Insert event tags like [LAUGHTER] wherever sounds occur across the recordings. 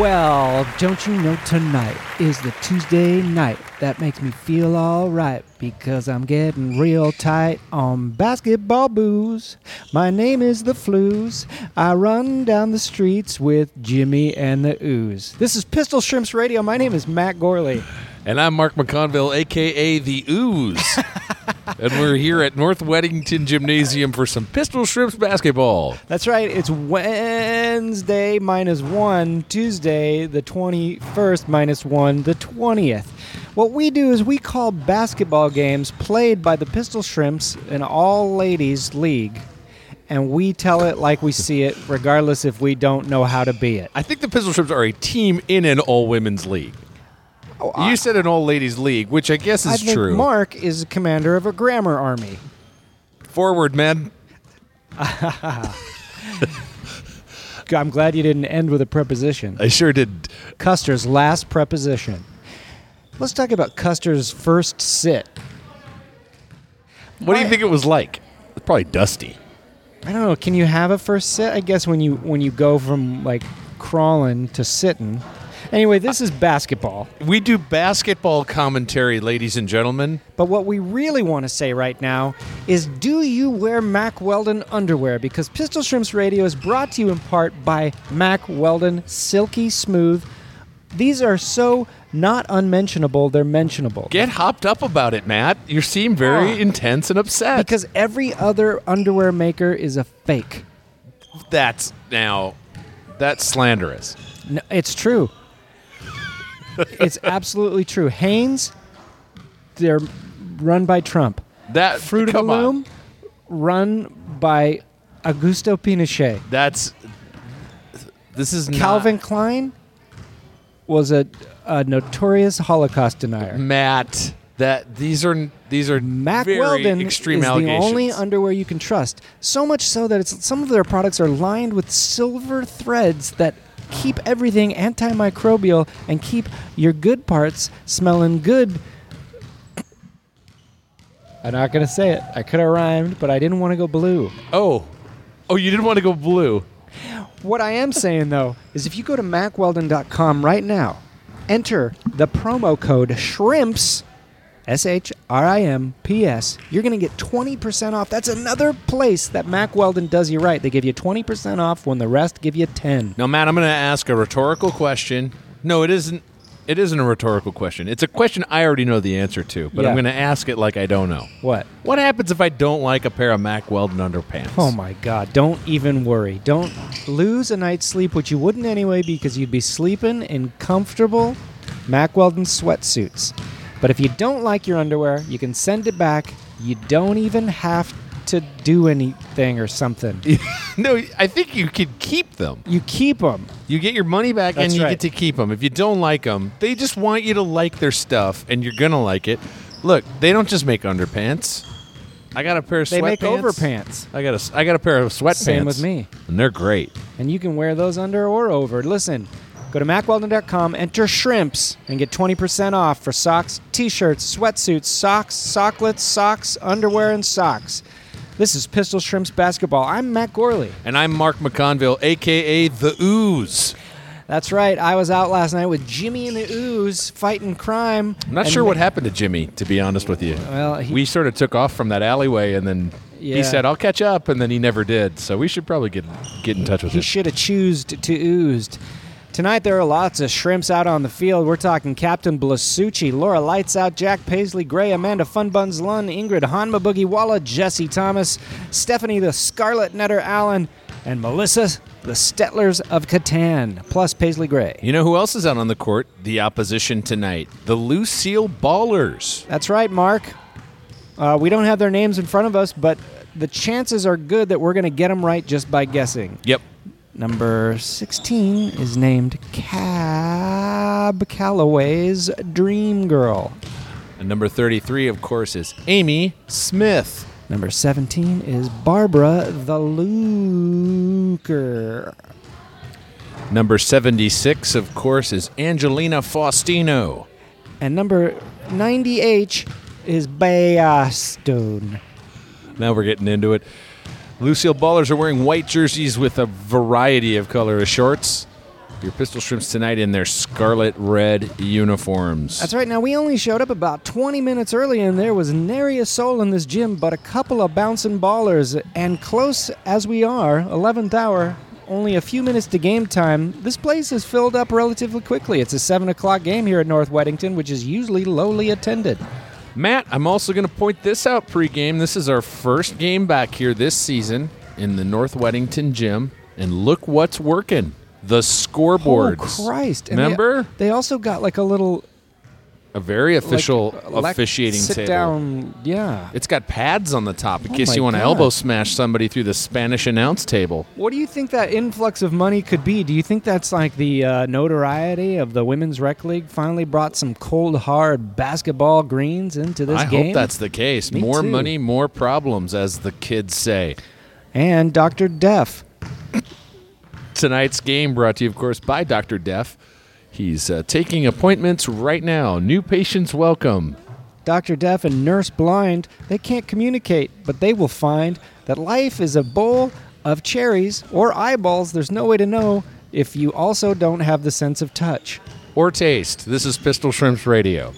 Well, don't you know tonight is the Tuesday night that makes me feel alright because I'm getting real tight on basketball booze. My name is the Flues. I run down the streets with Jimmy and the Ooze. This is Pistol Shrimps Radio. My name is Matt Gorley. And I'm Mark McConville, aka the [LAUGHS] Ooze. and we're here at North Weddington Gymnasium for some Pistol Shrimps basketball. That's right. It's Wednesday minus one, Tuesday the 21st minus one, the 20th. What we do is we call basketball games played by the Pistol Shrimps an all ladies league, and we tell it like we see it, regardless if we don't know how to be it. I think the Pistol Shrimps are a team in an all women's league. you said an all ladies league, which I guess is I think true. Mark is commander of a grammar army. Forward, man. I'm glad you didn't end with a preposition. I sure did. Custer's last preposition. Let's talk about Custer's first sit. What do you think it was like? It's probably dusty. I don't know. Can you have a first sit? I guess when you when you go from like crawling to sitting. Anyway, this is basketball. We do basketball commentary, ladies and gentlemen. But what we really want to say right now is do you wear Mac Weldon underwear? Because Pistol Shrimps Radio is brought to you in part by Mac Weldon Silky Smooth. These are so not unmentionable, they're mentionable. Get hopped up about it, Matt. You seem very intense and upset. because every other underwear maker is a fake. that's now, that's slanderous. No, it's true. [LAUGHS] it's absolutely true. Hanes, they're run by Trump. That Fruit of the come on. Loom, run by Augusto Pinochet. That's this is not- Calvin Klein was a, a notorious Holocaust denier. Matt. That these are these are Mac very Weldon extreme is the allegations. only underwear you can trust. So much so that it's, some of their products are lined with silver threads that keep everything antimicrobial and keep your good parts smelling good. I'm not gonna say it. I could have rhymed, but I didn't want to go blue. oh, oh, you didn't want to go blue. What I am saying though is, if you go to MacWeldon.com right now, enter the promo code Shrimps, S H R I M P S, you're gonna get 20% off. That's another place that Mac Weldon does you right. They give you 20% off when the rest give you 10. Now, Matt, I'm going to ask a rhetorical question. No, it isn't. It isn't a rhetorical question. It's a question I already know the answer to, but Yeah. I'm going to ask it like I don't know. What? What happens if I don't like a pair of Mac Weldon underpants? Oh my God! Don't even worry. Don't lose a night's sleep, which you wouldn't anyway, because you'd be sleeping in comfortable Mack Weldon sweatsuits. But if you don't like your underwear, you can send it back. You don't even have to do anything or something. [LAUGHS] No, I think you could keep them. You keep them. You get your money back That's and you right. get to keep them. If you don't like them, they just want you to like their stuff and you're going to like it. Look, they don't just make underpants. I got a pair of They sweatpants. make overpants. I got a s- I got a pair of sweatpants. Same with me. And they're great. and you can wear those under or over. Listen, go to macweldon.com, enter shrimps, and get 20% off for socks, t shirts, sweatsuits, socks, socklets, socks, underwear, and socks. This is Pistol Shrimps Basketball. I'm Matt Gorley. And I'm Mark McConville, aka the Ooze. That's right, I was out last night with Jimmy and the Ooze fighting crime. I'm not And sure ma- what happened to Jimmy, to be honest with you. Well, he- we sort of took off from that alleyway and then Yeah. he said, "I'll catch up," and then he never did. So we should probably get get in touch with He him. should have choosed to oozed. Tonight there are lots of shrimps out on the field. We're talking Captain Blasucci, Laura Lights Out, Jack Paisley Gray, Amanda Funbuns Lund, Ingrid Hanma Boogie Walla, Jesse Thomas, Stephanie the Scarlet Netter Allen, and Melissa the Stetlers of Catan, plus Paisley Gray. You know who else is out on the court? The opposition tonight. The Lucille Ballers. That's right, Mark. Uh, we don't have their names in front of us, but the chances are good that we're going to get them right just by guessing. Yep. Number 16 is named Cab Calloway's Dream Girl. And number 33, of course, is Amy Smith. Number 17 is Barbara the Luker. Number 76, of course, is Angelina Faustino. And number 90H is Bea Stone. Now we're getting into it. Lucille Ballers are wearing white jerseys with a variety of color of shorts. Your Pistol Shrimps tonight in their scarlet red uniforms. That's right. Now, we only showed up about 20 minutes early, and there was nary a soul in this gym but a couple of bouncing ballers. And close as we are, 11th hour, only a few minutes to game time, this place is filled up relatively quickly. It's a 7 o'clock game here at North Weddington, which is usually lowly attended. Matt, I'm also going to point this out pregame. This is our first game back here this season in the North Weddington Gym. And look what's working the scoreboards. Oh, Christ. And they- Remember? They, also got like a little a very official like, officiating sit table. down. Yeah. It's got pads on the top in Oh case my you want to God. elbow smash somebody through the Spanish announce table. What do you think that influx of money could be? Do you think that's like the uh, notoriety of the Women's Rec League finally brought some cold, hard basketball greens into this I game? hope that's the case. Me more too. money, more problems, as the kids say. and Dr. Deaf. Tonight's game brought to you, of course, by Dr. Deaf. He's uh, taking appointments right now. New patients welcome. Dr. Deaf and Nurse Blind, they can't communicate, but they will find that life is a bowl of cherries or eyeballs. There's no way to know if you also don't have the sense of touch. or taste. This is Pistol Shrimps Radio.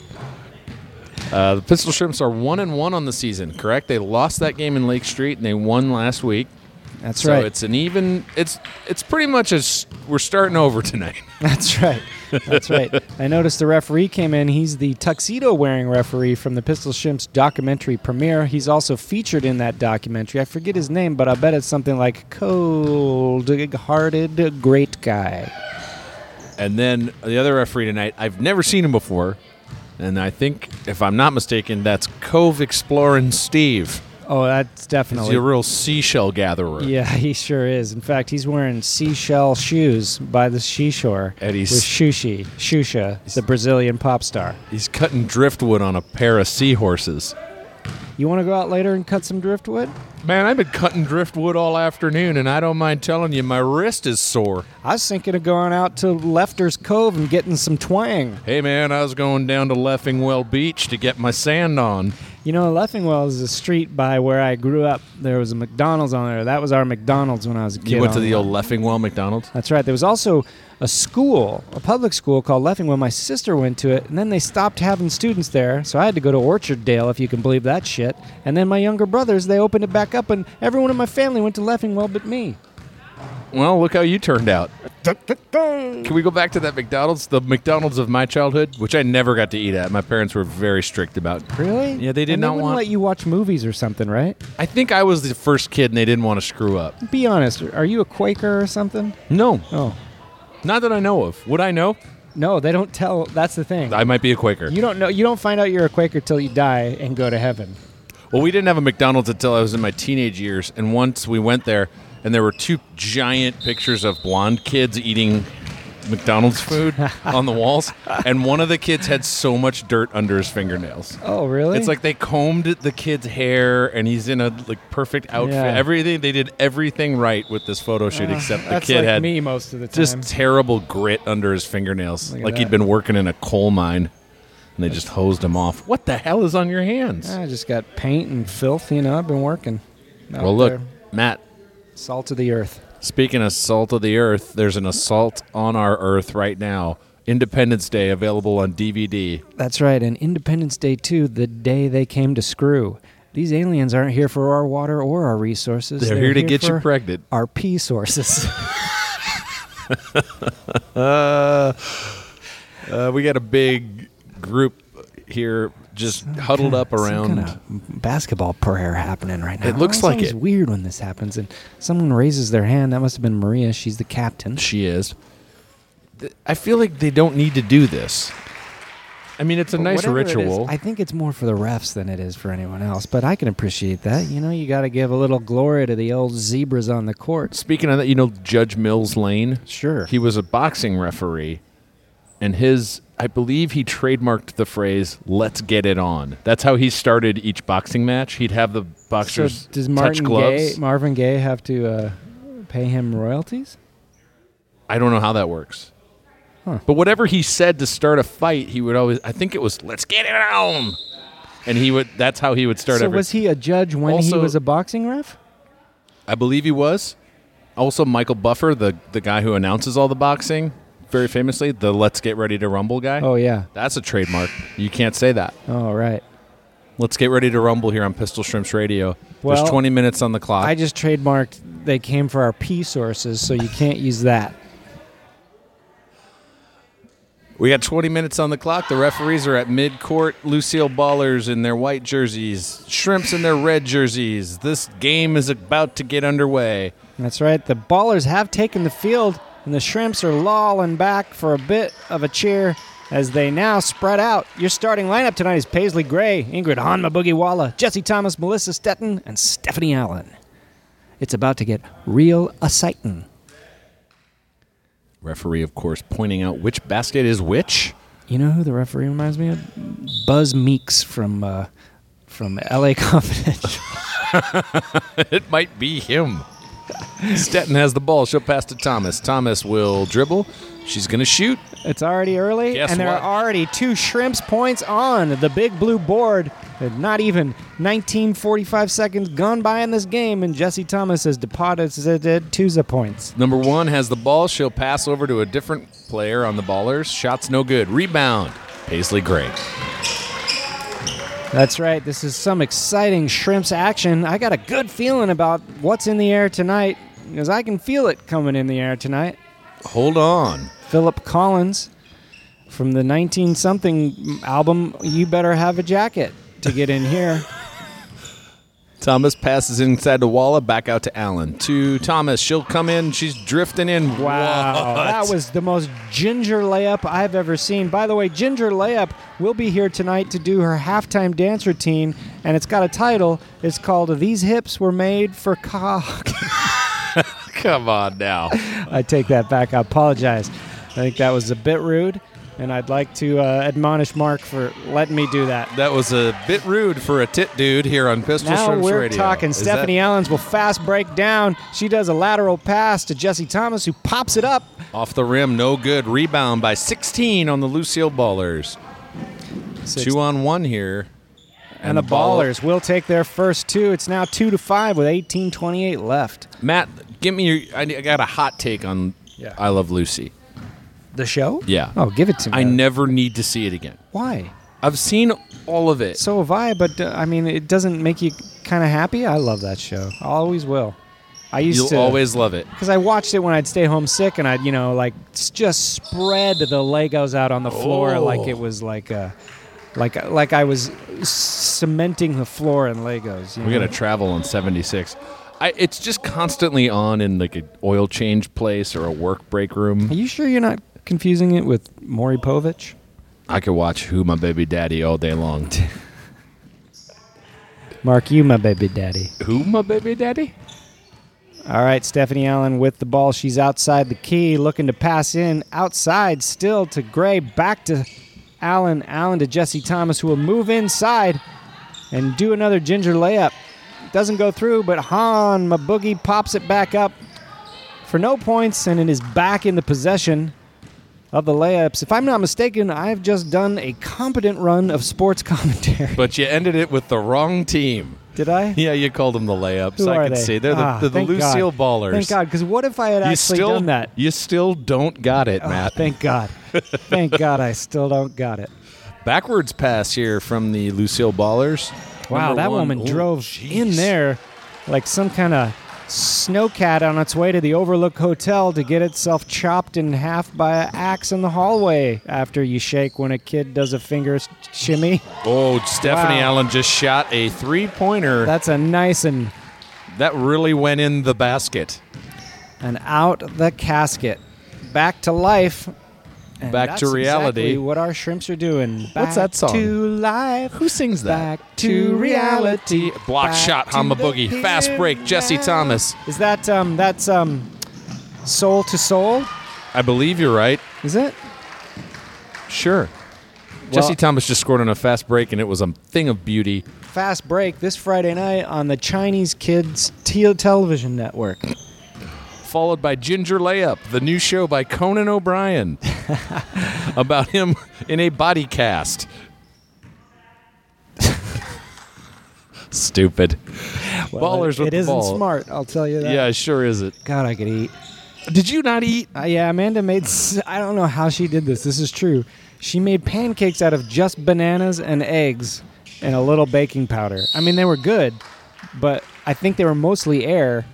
Uh, the Pistol Shrimps are one and one on the season, correct? They lost that game in Lake Street and they won last week. That's so right. it's an even. It's it's pretty much as we're starting over [LAUGHS] tonight. [LAUGHS] That's right. That's right. I noticed the referee came in. He's the tuxedo wearing referee from the Pistol Shimps documentary premiere. He's also featured in that documentary. I forget his name, but I bet it's something like Cold Hearted Great Guy. And then the other referee tonight, I've never seen him before, and I think if I'm not mistaken, that's Cove Exploring Steve. Oh, that's He's definitely. a real seashell gatherer. yeah, he sure is. In fact, he's wearing seashell shoes by the seashore And he's- with Shushi, Shusha, the Brazilian pop star. He's cutting driftwood on a pair of seahorses. You want to go out later and cut some driftwood? Man, I've been cutting driftwood all afternoon, and I don't mind telling you, my wrist is sore. I was thinking of going out to Lefter's Cove and getting some twang. Hey, man, I was going down to Leffingwell Beach to get my sand on. You know, Leffingwell is a street by where I grew up. There was a McDonald's on there. That was our McDonald's when I was a kid. You went to on the there. old Leffingwell McDonald's? That's right. There was also a school, a public school called Leffingwell. My sister went to it, and then they stopped having students there, so I had to go to Orcharddale, if you can believe that shit. And then my younger brothers, they opened it back up, and everyone in my family went to Leffingwell but me. Well, look how you turned out. Can we go back to that McDonald's? The McDonald's of my childhood, which I never got to eat at. My parents were very strict about. Really? Yeah, they did and not they wouldn't want- let you watch movies or something, right? I think I was the first kid and they didn't want to screw up. Be honest. Are you a Quaker or something? No, Oh. not that I know of. Would I know? No, they don't tell. That's the thing. I might be a Quaker. You don't know. You don't find out you're a Quaker till you die and go to heaven. Well, we didn't have a McDonald's until I was in my teenage years, and once we went there, and there were two giant pictures of blonde kids eating [LAUGHS] McDonald's food on the walls, and one of the kids had so much dirt under his fingernails. Oh, really? [SIGHS] It's like they combed the kid's hair, and he's in a like perfect outfit. Yeah. Everything they did everything right with this photo shoot, except the that's kid like had me most of the time. just terrible grit under his fingernails, Look at like he'd that. been working in a coal mine, and they just hosed him off. What the hell is on your hands? I just got paint and filth. You know, I've been working. out Well, look, there. Matt. salt of the earth. Speaking of salt of the earth, there's an assault on our earth right now. Independence Day available on DVD. That's right. And Independence Day too, the day they came to screw. These aliens aren't here for our water or our resources. They're here to get you for pregnant. Our pee sources. [LAUGHS] Uh, we got a big group here just huddled up Some around. kinda basketball prayer happening right now. It looks It's like always it. weird when this happens, and someone raises their hand. That must have been Maria. She's the captain. She is. Th- I feel like they don't need to do this. I mean, it's a nice Whatever it is, ritual. I think it's more for the refs than it is for anyone else, but I can appreciate that. You know, you got to give a little glory to the old zebras on the courts. Speaking of that, you know Judge Mills Lane? Sure. He was a boxing referee, and his, I believe he trademarked the phrase, let's get it on. That's how he started each boxing match. He'd have the boxers so does touch Martin Gaye, gloves. Marvin Gaye have to uh, pay him royalties? I don't know how that works. But whatever he said to start a fight, he would always, I think it was, let's get it on. And he would, that's how he would start So every was he a judge when Also- he was a boxing ref? I believe he was. Also, Michael Buffer, the the guy who announces all the boxing, very famously, the "Let's Get Ready to Rumble" guy. Oh yeah. that's a trademark. You can't say that. All right. Let's get ready to rumble here on Pistol Shrimps Radio. Well, There's 20 minutes on the clock. I just trademarked. They came for our P sources, so you can't use that. we got 20 minutes on the clock. The referees are at mid court. Lucille Ballers in their white jerseys, Shrimps in their red jerseys. This game is about to get underway. That's right. The ballers have taken the field, and the shrimps are lolling back for a bit of a cheer as they now spread out. Your starting lineup tonight is Paisley Gray, Ingrid Hanma Boogie Walla, Jesse Thomas, Melissa Stetton, and Stephanie Allen. It's about to get real exciting. Referee, of course, pointing out which basket is which. You know who the referee reminds me of? Buzz Meeks from uh, from L.A. [LAUGHS] Confidential. It might be him. [LAUGHS] Stetton has the ball. She'll pass to Thomas. Thomas will dribble. She's going to shoot. It's already early, Guess and there what? are already two shrimps points on the big blue board. They're Not even 1945 seconds gone by in this game, and Jesse Thomas has deposited two za points. Number one has the ball. She'll pass over to a different player on the ballers. Shots no good. Rebound. Paisley Gray. That's right. This is some exciting shrimps action. I got a good feeling about what's in the air tonight, because I can feel it coming in the air tonight. Hold on. Philip Collins from the 19 something album, You Better Have a Jacket to get in here. Thomas passes inside to Walla. Back out to Allen. To Thomas. She'll come in. She's drifting in. Wow, [LAUGHS] What? that was the most ginger layup I've ever seen. By the way, Ginger Layup will be here tonight to do her halftime dance routine, and it's got a title. It's called "These Hips Were Made for Cock." [LAUGHS] Come on now. I take that back. I apologize. I think that was a bit rude, and I'd like to uh, admonish Mark for letting me do that. That was a bit rude for a tit dude here on Pistol Now Shrimps we're Radio. talking. Is that- Stephanie Allens will fast break down. She does a lateral pass to Jesse Thomas, who pops it up. Off the rim, no good. Rebound by 16 on the Lucille Ballers. Two on one here. And the ballers will take their first two. It's now two to five with 18:28 left. Matt, give me your. I I got a hot take on Yeah. I Love Lucy. The show? Yeah. Oh, give it to me. I never need to see it again. Why? I've seen all of it. So have I, but uh, I mean, it doesn't make you kind of happy. I love that show. I always will. I used You'll to always love it. because I watched it when I'd stay home sick, and I'd you know like s- just spread the Legos out on the floor Oh. like it was like a. Like, like I was cementing the floor in Legos. You We know? gotta travel on 76. I, it's just constantly on in like an oil change place or a work break Are room. you sure you're not confusing it with Maury Povich? I could watch Who My Baby Daddy all day long. Mark, you my baby daddy. [LAUGHS] Who My Baby Daddy? All right, Stephanie Allen with the ball. She's outside the key, looking to pass in. Outside still to Gray. Back to Allen. Allen to Jesse Thomas, who will move inside and do another ginger layup. Doesn't go through, but Han Maboogie pops it back up for no points, and it is back in the possession of the layups. If I'm not mistaken, I've just done a competent run of sports [LAUGHS] commentary. But you ended it with the wrong team. Did I? Yeah, you called them the layups. Who I are can they? see they're the, Ah, they're the thank God. Lucille Ballers. Thank God, because what if I had You actually still done that? You still don't got it, Oh, Matt. thank God. thank God I still don't got [LAUGHS] it. Backwards pass here from the Lucille Ballers. Wow, Number that one. woman Ooh, drove jeez. in there like some kind of Snowcat on its way to the Overlook Hotel to get itself chopped in half by an axe in the hallway after you shake when a kid does a finger s- shimmy. Oh, Stephanie Wow. Allen just shot a three pointer. That, That's a nice and really went in the basket. and out the casket. Back to life. And Back that's to reality. exactly what our shrimps are doing. What's Back that song? To life. Who sings that? Back to reality. Block Back shot, to Hama the Boogie, Fast here Break, Jesse now. Thomas. Is that um that's um soul to soul? I believe you're right. Is it? Sure. Jesse Thomas just scored on a fast break, and it was a thing of beauty. Fast break this Friday night on the Chinese Kids Te- Television Network. Followed by Ginger Layup, the new show by Conan O'Brien [LAUGHS] about him in a body cast. [LAUGHS] Stupid. Well, it, Ballers with it the isn't ball. smart. I'll tell you that. Yeah, sure is it. God, I could eat. Did you not eat? Uh, yeah, Amanda made. s- [LAUGHS] I don't know how she did this. This is true. She made pancakes out of just bananas and eggs and a little baking powder. I mean, they were good, but I think they were mostly air.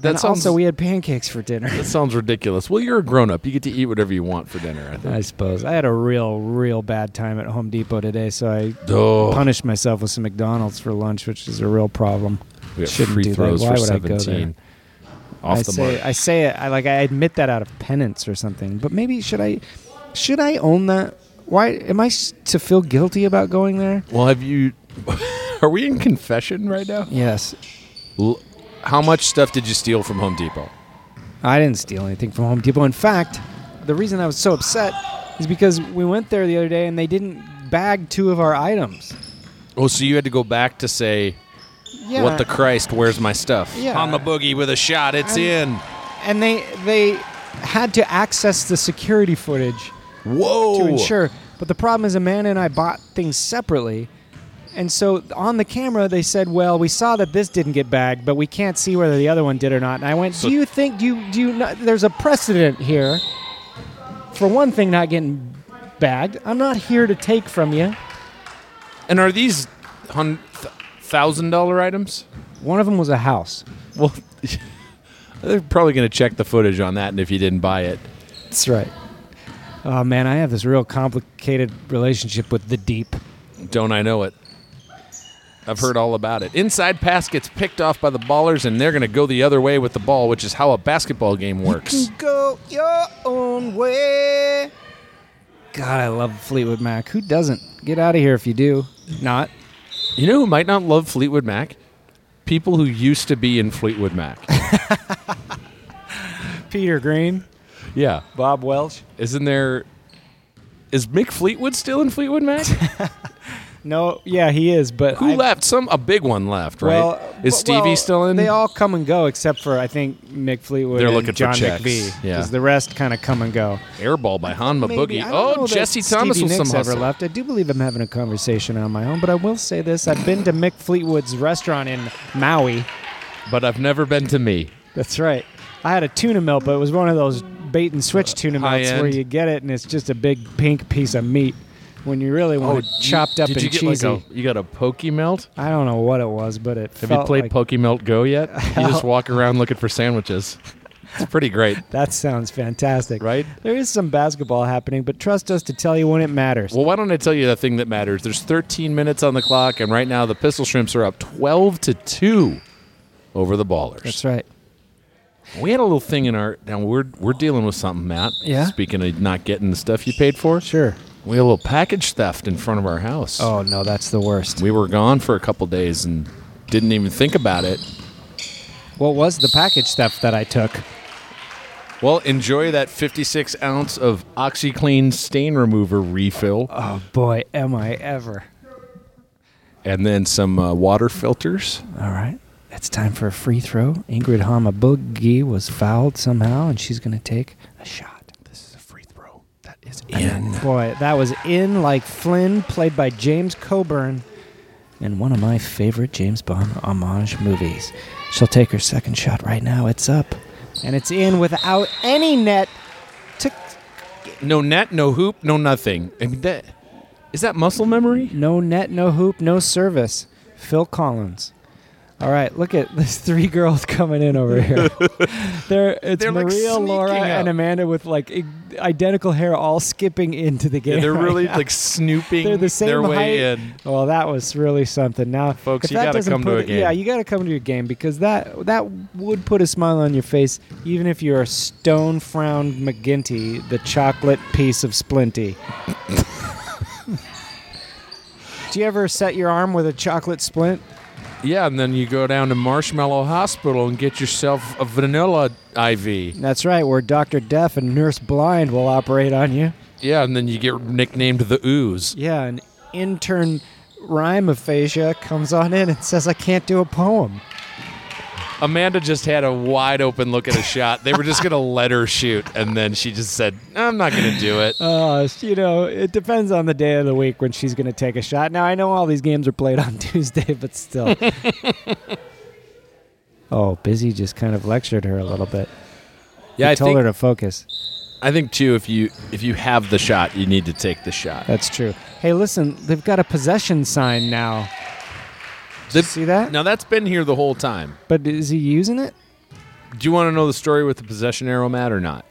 That and also, we had pancakes for dinner. [LAUGHS] that sounds ridiculous. Well, you're a grown up. You get to eat whatever you want for dinner. I think. I suppose I had a real, real bad time at Home Depot today, so I Oh, punished myself with some McDonald's for lunch, which is a real problem. we have Shouldn't free do that. throws Why for would I go there? 17. Off I the say, mark. I say it. I like. I admit that out of penance or something. But maybe should I, should I own that? Why am I s- to feel guilty about going there? Well, have you? [LAUGHS] Are we in confession right now? Yes, L- How much stuff did you steal from Home Depot? I didn't steal anything from Home Depot. In fact, the reason I was so upset is because we went there the other day and they didn't bag two of our items. Oh, so you had to go back to say, Yeah. "What the Christ? Where's my stuff?" Yeah. I'm a boogie with a shot. It's in. and they they had to access the security footage. Whoa. to insure. But the problem is, Amanda and I bought things separately. And so on the camera, they said, "Well, we saw that this didn't get bagged, but we can't see whether the other one did or not." And I went, "Do you think do you do you not, there's a precedent here for one thing not getting bagged? I'm not here to take from you. And are these hun- th- thousand dollar items? One of them was a house. Well, [LAUGHS] they're probably going to check the footage on that, and if you didn't buy it, That's right. Oh man, I have this real complicated relationship with the deep. don't I know it? I've heard all about it. Inside pass gets picked off by the ballers, and they're going to go the other way with the ball, which is how a basketball [LAUGHS] game works. Go your own way. God, I love Fleetwood Mac. Who doesn't? Get out of here if you do. Not. You know who might not love Fleetwood Mac? People who used to be in [LAUGHS] Fleetwood Mac. Peter Green. yeah. Bob Welch. Isn't there. Is Mick Fleetwood still in Fleetwood Mac? [LAUGHS] No, yeah, he is, but Who I- left? Some a big one left, right? Well, is well, Stevie still in? They all come and go except for I think Mick Fleetwood They're and looking for John checks. McVie. Yeah. Because the rest kind of come and go. Airball by Hanma Maybe- Boogie. I don't Oh, know that Jesse Thomas Stevie with Nicks some ever hustle. left. I do believe I'm having a conversation on my own, but I will say this: I've been to Mick Fleetwood's restaurant in Maui. But I've never been to me. That's right. I had a tuna melt, but it was one of those bait and switch tuna Uh, high melts where end. you get it and it's just a big pink piece of meat when you really want it chopped up did and Oh, you get cheesy. Like a, you got a Pokemelt? I don't know what it was, but it Have you felt like, played Pokemelt Go yet? [LAUGHS] You just walk around looking for sandwiches. It's pretty great. that sounds fantastic. Right? There is some basketball happening, but trust us to tell you when it matters. Well, why don't I tell you the thing that matters? There's 13 minutes on the clock, and right now the Pistol Shrimps are up 12 to 2 over the Ballers. That's right. We had a little thing in our. Now, we're, we're dealing with something, Matt. Yeah? Speaking of not getting the stuff you paid for, Sure. we had a little package theft in front of our house. Oh no, that's the worst. We were gone for a couple days and didn't even think about it. What was the package theft that I took? Well, enjoy that 56 ounce of OxyClean stain remover refill, Oh boy, am I ever. and then some uh, water filters. All right. It's time for a free throw. Ingrid Hamabugi was fouled somehow, and she's going to take a shot. This is a free throw. That is in. Boy, that was in like Flynn, played by James Coburn, in one of my favorite James Bond homage movies. She'll take her second shot right now. It's up. And it's in without any net. Took No net, no hoop, no nothing. I mean, that is that muscle memory? no net, no hoop, no service. Phil Collins. All right, look at these [LAUGHS] three girls coming in over [LAUGHS] here. They're it's They're, like, Maria, Laura, sneaking and up. Amanda with like i- identical hair, all skipping into the game. [LAUGHS] Yeah, they're right really now. like snooping They're the same their way height. in. Well, that was really something. Now, Folks, if you that gotta doesn't come to put a it- Yeah, game. you got to come to your game because that that would put a smile on your face, even if you're a stone frowned McGinty, the chocolate piece of Splinty. Do you ever set your arm with a chocolate splint? Yeah, and then you go down to Marshmallow Hospital and get yourself a vanilla IV. That's right, where Doctor Deaf and Nurse Blind will operate on you. Yeah, and then you get nicknamed the Ooze. Yeah, an intern rhyme aphasia comes on in and says, "I can't do a poem." Amanda just had a wide open look at a shot. They were just [LAUGHS] going to let her shoot, and then she just said, I'm not going to do it. Uh, s- you know, it depends on the day of the week when she's going to take a shot. Now, I know all these games are played on [LAUGHS] Tuesday, but [LAUGHS] still. oh, Busy just kind of lectured her a little bit. yeah, he I told think, her to focus. I think, too, if you if you have the shot, you need to take the shot. That's true. Hey, listen, they've got a possession sign now, The- see that? Now, that's been here the whole time. but is he using it? Do you want to know the story with the possession arrow, Matt, or not?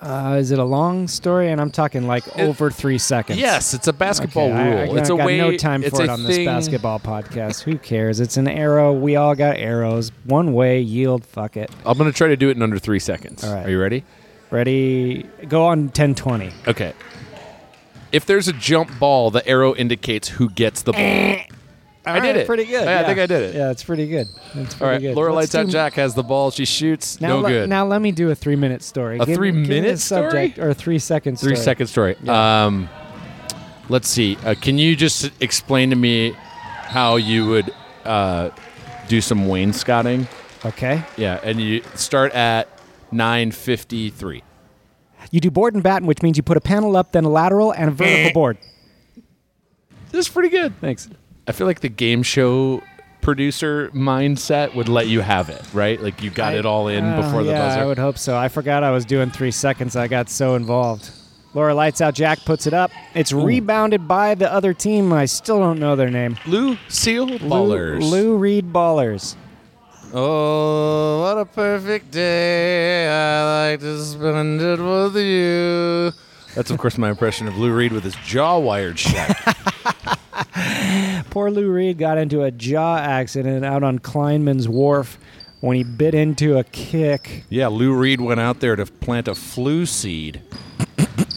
Uh, is it a long story? And I'm talking like over three seconds. Yes, it's a basketball Okay, I- I rule. got- it's a got way. no time it's for it a on this thing- basketball podcast. Who cares? It's an arrow. We all got arrows. One way, yield. Fuck it. I'm going to try to do it in under three seconds. All right. Are you ready? Ready? Go on 1020. Okay. If there's a jump ball, the arrow indicates who gets the ball. I did it. Pretty good. Yeah, I think I did it. Yeah, it's pretty good. That's All pretty right, good. Laura Let's Lights Out do- Jack has the ball. She shoots. Now, no le- good. Now let me do a three minute story. Give me- three-minute give me a subject story? or a three second story? Three second story. Um, let's see. Uh, can you just explain to me how you would uh, do some wainscoting? Okay. Yeah, and you start at 9:53. You do board and batten, which means you put a panel up, then a lateral and a Eh. vertical board. This is pretty good. Thanks. I feel like the game show producer mindset would let you have it, right? Like you got it all in Uh, before the yeah, buzzer. I would hope so. I forgot I was doing three seconds. I got so involved. Laura Lights Out Jack puts it up. It's rebounded by the other team. I still don't know their name. Lou Seal Ballers. Lou, Lou Reed Ballers. Oh, what a perfect day. I like to spend it with you. That's, of course, my impression of Lou Reed with his jaw wired shut. [LAUGHS] Poor Lou Reed got into a jaw accident out on Kleinman's Wharf when he bit into a kick. yeah, Lou Reed went out there to plant a flu seed.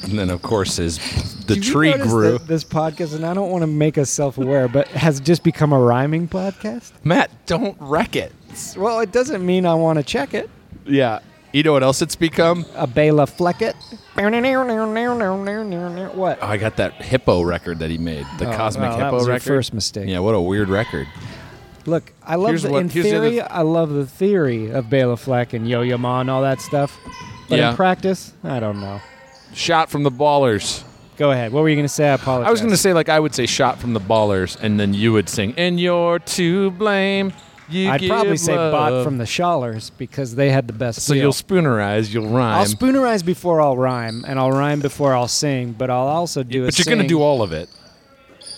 and then, of course, his the Did you tree notice grew. that This podcast, and I don't want to make us self aware, but has just become a rhyming podcast. Matt, don't wreck it. Well, it doesn't mean I want to check it. Yeah. You know what else it's become? Oh, A Bela Fleckett. What? Oh, I got that hippo record Oh, that he made, the cosmic wow, that hippo was your record. first mistake. Yeah, what a weird record. Look, I love Here's the, what- in here's the other theory. th- I love the theory of Bela Fleck and Yo Yo Ma and all that stuff, but Yeah. in practice, I don't know. Shot from the ballers. Go ahead. What were you going to say? I apologize. I was going to say, like, I would say shot from the ballers, and then you would sing, and you're to blame. You I'd give probably say bot love." from the Shallers because they had the best. So deal. you'll spoonerize, you'll rhyme. I'll spoonerize before I'll rhyme, and I'll rhyme before I'll sing, but I'll also do a but you're going to sing- do all of it.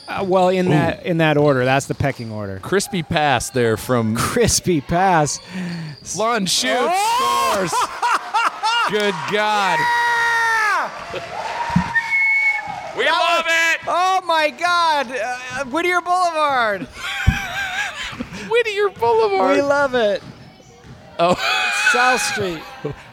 Uh, well in that in that order. That's the pecking order. Crispy pass there from Crispy pass. Lon shoots, scores. [LAUGHS] Good God. We love it. Oh my God! Uh, Whittier Boulevard. Whittier Boulevard. We love it. oh, South Street.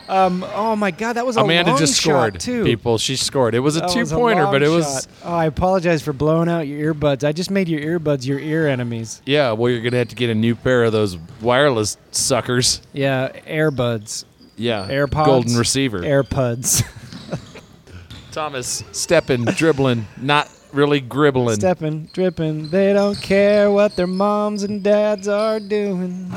Um, oh my God, that was a Amanda long shot, just scored. too. People, she scored. It was a That was a two-pointer, long but it was shot. Oh, I apologize for blowing out your earbuds. I just made your earbuds your ear enemies. yeah. Well, you're going to have to get a new pair of those wireless suckers. Yeah, earbuds, Yeah. AirPods, Golden receiver. [LAUGHS] AirPods. Thomas stepping, dribbling, not really gribbling. Stepping, dripping. They don't care what their moms and dads are doing.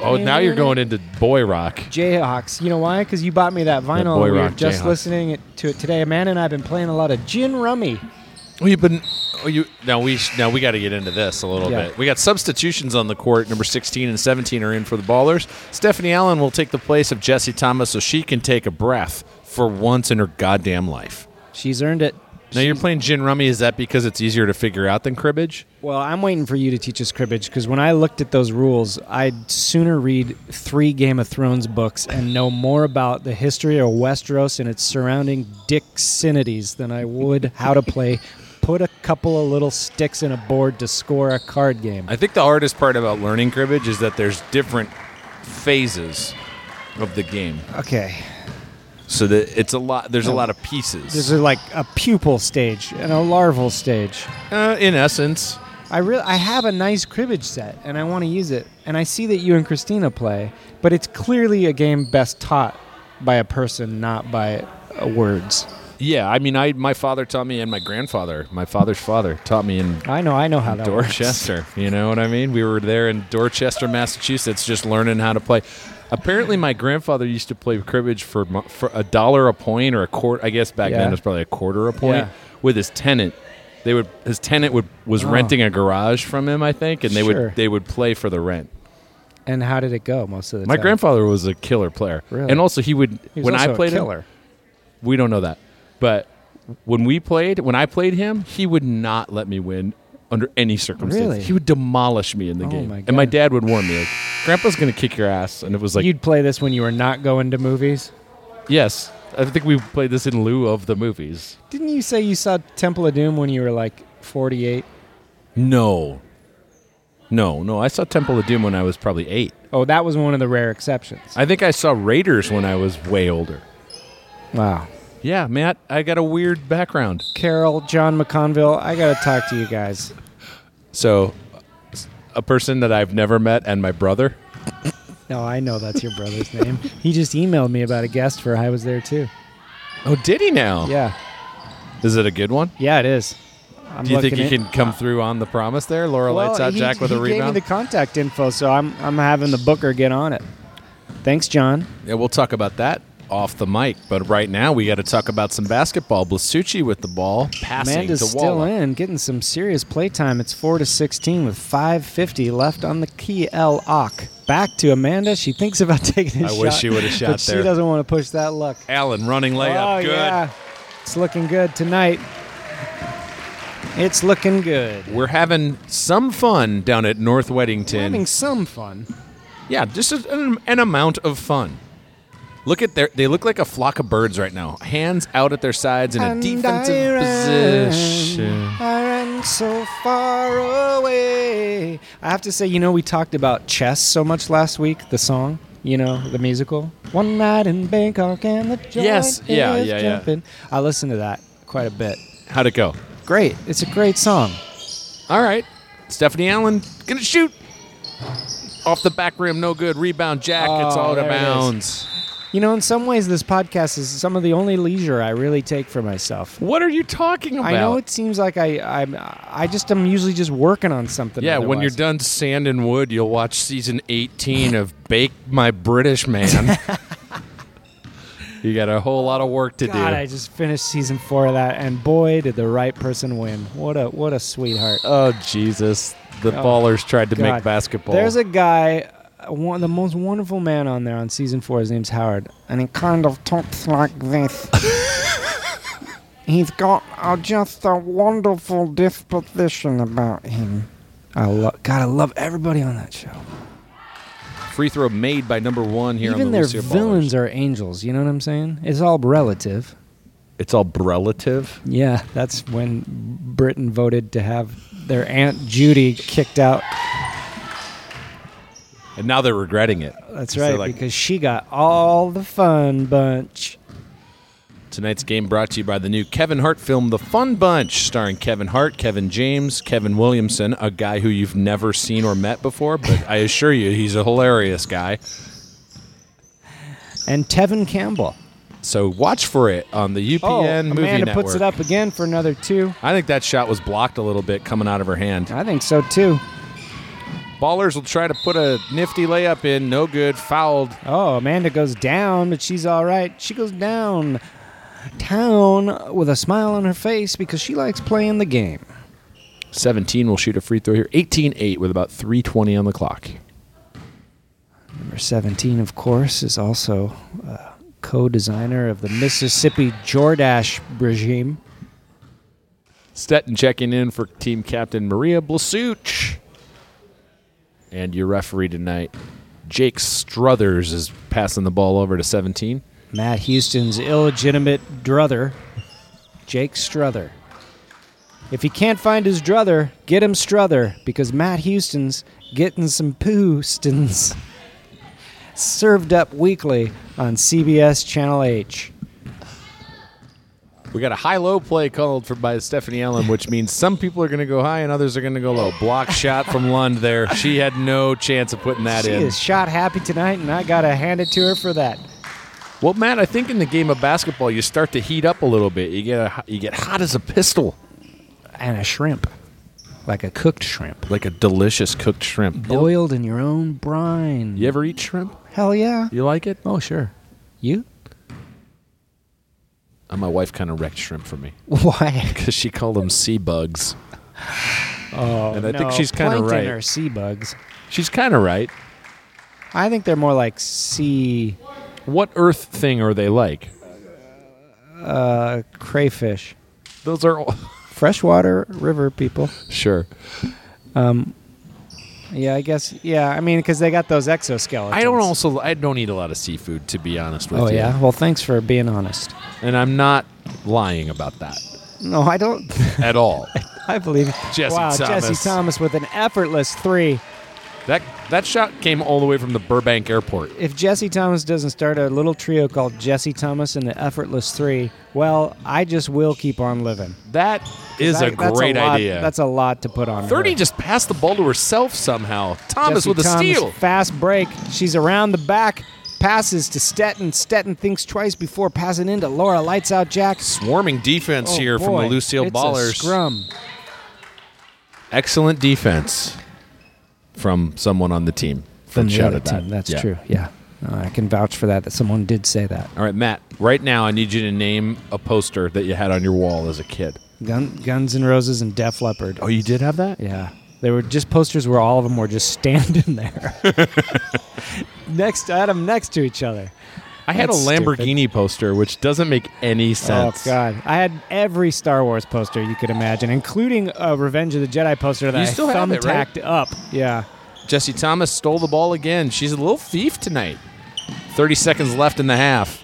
oh, now you're going into boy rock. Jayhawks. You know why? Because you bought me that vinyl. Boy we were Rock just Jayhawks. listening it, to it today. Amanda and I have been playing a lot of gin rummy. We've been. Oh, you now we sh- now we got to get into this a little Yeah. bit. We got substitutions on the court. Number sixteen and seventeen are in for the ballers. Stephanie Allen will take the place of Jesse Thomas, so she can take a breath for once in her goddamn life. She's earned it. Now you're playing gin rummy. Is that because it's easier to figure out than cribbage? Well, I'm waiting for you to teach us cribbage because when I looked at those rules, I'd sooner read three Game of Thrones books and know more about the history of Westeros and its surrounding dicksinities than I would how to play put a couple of little sticks in a board to score a card game. I think the hardest part about learning cribbage is that there's different phases of the game. Okay. So that it's a lot. There's a lot of pieces. This is like a pupal stage and a larval stage. uh, in essence, I really I have a nice cribbage set and I want to use it. And I see that you and Christina play, but it's clearly a game best taught by a person, not by uh, words. yeah. I mean, I my father taught me, and my grandfather, my father's father, taught me in I know, I know how that works. Dorchester. You know what I mean? We were there in Dorchester, Massachusetts, just learning how to play. Apparently, my grandfather used to play cribbage for mo- for a dollar a point or a quarter. I guess back Yeah. then it was probably a quarter a point Yeah. Oh. with his tenant. They would his tenant would was renting a garage from him, I think, and they Sure. would they would play for the rent. And how did it go most of the My time? grandfather was a killer player, Really? and also he would He was when also I played a him- killer. we don't know that. But when we played, when I played him, he would not let me win under any circumstance. Really? He would demolish me in the Oh game. my and my God. dad would warn me, like, Grandpa's going to kick your ass. And it was like, You'd play this when you were not going to movies. yes. I think we played this in lieu of the movies. Didn't you say you saw Temple of Doom when you were like 48? No. No, no. I saw Temple of Doom when I was probably eight. Oh, that was one of the rare exceptions. I think I saw Raiders when I was way older. wow. Yeah, Matt, I got a weird background. Carol, John McConville, I got to talk to you guys. So, a person that I've never met and my brother. No, I know that's your brother's name. He just emailed me about a guest for I was there too. Oh, did he now? Yeah, Is it a good one? yeah, it is. I'm Do you think looking he in- can come through on the promise there? Laura Well, lights out he- Jack with he a Gave rebound. me the contact info, so I'm I'm having the booker get on it. Thanks, John. yeah, we'll talk about that off the mic. But right now, we got to talk about some basketball. Blasucci with the ball, passing Amanda's to still Walla. in, getting some serious playtime. It's four to sixteen with five fifty left on the key L Ock. Back to Amanda. She thinks about [LAUGHS] taking a I shot. wish she would've shot but She there. doesn't want to push that luck. Allen running layup, Oh, good. yeah. It's looking good tonight. It's looking good. We're having some fun down at North Weddington. having some fun. Yeah, just an, an amount of fun. Look at their. They look like a flock of birds right now. Hands out at their sides in a defensive position. I ran so far away. I have to say, you know, we talked about chess so much last week, the song, you know, the musical. One night in Bangkok and the joint Yes, yeah, is yeah, yeah. jumping. I listened to that quite a bit. How'd it go? Great. It's a great song. All right. Stephanie Allen gonna shoot. Off the back rim, no good. Rebound, Jack. it's Oh, out there of it is. bounds. You know, in some ways, this podcast is some of the only leisure I really take for myself. What are you talking about? I know it seems like I I'm I just am usually just working on something. Yeah, when you're otherwise. done sand and wood, you'll watch season 18 of Bake My [LAUGHS] British Man. you got a whole lot of work to God, do. I just finished season four of that, and boy, did the right person win. What a what a sweetheart. oh Jesus, the ballers tried to Oh, God. make basketball. There's a guy, uh, one, the most wonderful man on there on season four. His name's Howard, and he kind of talks like [LAUGHS] this. He's got uh, just a wonderful disposition about him. I love God. I love everybody on that show. free throw made by number one here Even on the their Lucia Ballers. villains are angels. You know what I'm saying? It's all relative. It's all relative. Yeah, that's when Britain voted to have their Aunt Judy kicked out. And now they're regretting it. That's They're right, like, because she got all the fun bunch. Tonight's game brought to you by the new Kevin Hart film, The Fun Bunch, starring Kevin Hart, Kevin James, Kevin Williamson, a guy who you've never seen or met before, but I assure you, he's a hilarious guy. And Tevin Campbell. So watch for it on the UPN Oh, movie Amanda network. puts it up again for another two. I think that shot was blocked a little bit coming out of her hand. I think so too. Ballers will try to put a nifty layup in, no good, fouled. Oh, Amanda goes down, but she's all right. She goes down town with a smile on her face because she likes playing the game. 17 will shoot a free throw here. 18-8 with about 3:20 on the clock. Number 17, of course, is also uh, co designer of the Mississippi Jordash regime. Stetton checking in for team captain Maria Blasuch. And your referee tonight, Jake Struthers, is passing the ball over to 17. Matt Houston's illegitimate druther, Jake Struther. If he can't find his druther, get him Struther because Matt Houston's getting some poostins served up weekly on CBS Channel H. We got a high-low play called for by Stephanie Ellen, which means some people are going to go high and others are going to go low. Block shot from Lund there. She had no chance of putting that She in. is shot happy tonight, and I gotta hand it to her for that. Well, Matt, I think in the game of basketball, you start to heat up a little bit. You get a, you get hot as a pistol, And a shrimp, like a cooked shrimp, like a delicious cooked shrimp. boiled in your own brine. You ever eat shrimp? Hell yeah. You like it? Oh sure. You? [LAUGHS] Uh, my wife kind of wrecked shrimp for me Why? because she called them sea bugs. Oh, and I think she's kind of plankton right. Are sea bugs. She's kind of right. I think they're more like sea What earth thing are they like? crayfish. Those are all [LAUGHS] Freshwater river people. sure. Yeah, I guess. Yeah, I mean, because they got those exoskeletons. I don't also I don't eat a lot of seafood to be honest with Oh you. yeah. Well, thanks for being honest. and I'm not lying about that No, I don't. [LAUGHS] at all. I believe it. Jesse wow, Thomas. Jesse Thomas with an effortless three. that that shot came all the way from the Burbank airport. If Jesse Thomas doesn't start a little trio called Jesse Thomas and the Effortless Three, well, I just will keep on living. That is That- a that's great lot- idea. That's a lot to put on. Thirty her. just passed the ball to herself somehow. Thomas Jesse with a Thomas, steal. Fast break. She's around the back. Passes to Stetton. Stetton thinks twice before passing into Laura. Lights out Jack. Swarming defense Oh, here from the boy. Lucille it's Ballers. A scrum. Excellent defense from someone on the team. From From the other team. That's true. Yeah. Uh, I can vouch for that, that someone did say that. All right, Matt. Right now, I need you to name a poster that you had on your wall as a kid. Gun, Guns N' Roses and Def Leppard. Oh, you did have that. Yeah. They were just posters where all of them were just [LAUGHS] standing [LAUGHS] there. next, I had them next to each other. I had That's a Lamborghini poster, which doesn't make any sense. Oh, God. I had every Star Wars poster you could imagine, including a Revenge of the Jedi poster that You I still have it, thumbtacked right? up. Yeah. Jesse Thomas stole the ball again. She's a little thief tonight. Thirty seconds left in the half.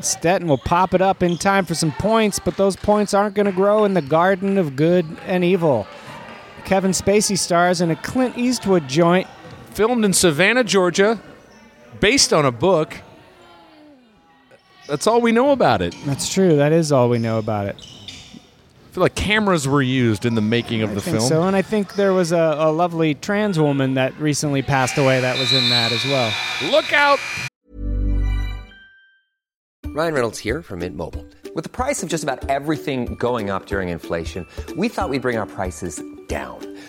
Stetton will pop it up in time for some points, but those points aren't going to grow in the garden of good and evil. Kevin Spacey stars in a Clint Eastwood joint. Filmed in Savannah, Georgia, based on a book. That's all we know about it. I That's true. That is all we know about it. feel like cameras were used in the making of the I think film. so, and I think there was a, a lovely trans woman that recently passed away that was in that as well. Look out! Ryan Reynolds here from Mint Mobile. With the price of just about everything going up during inflation, we thought we'd bring our prices down.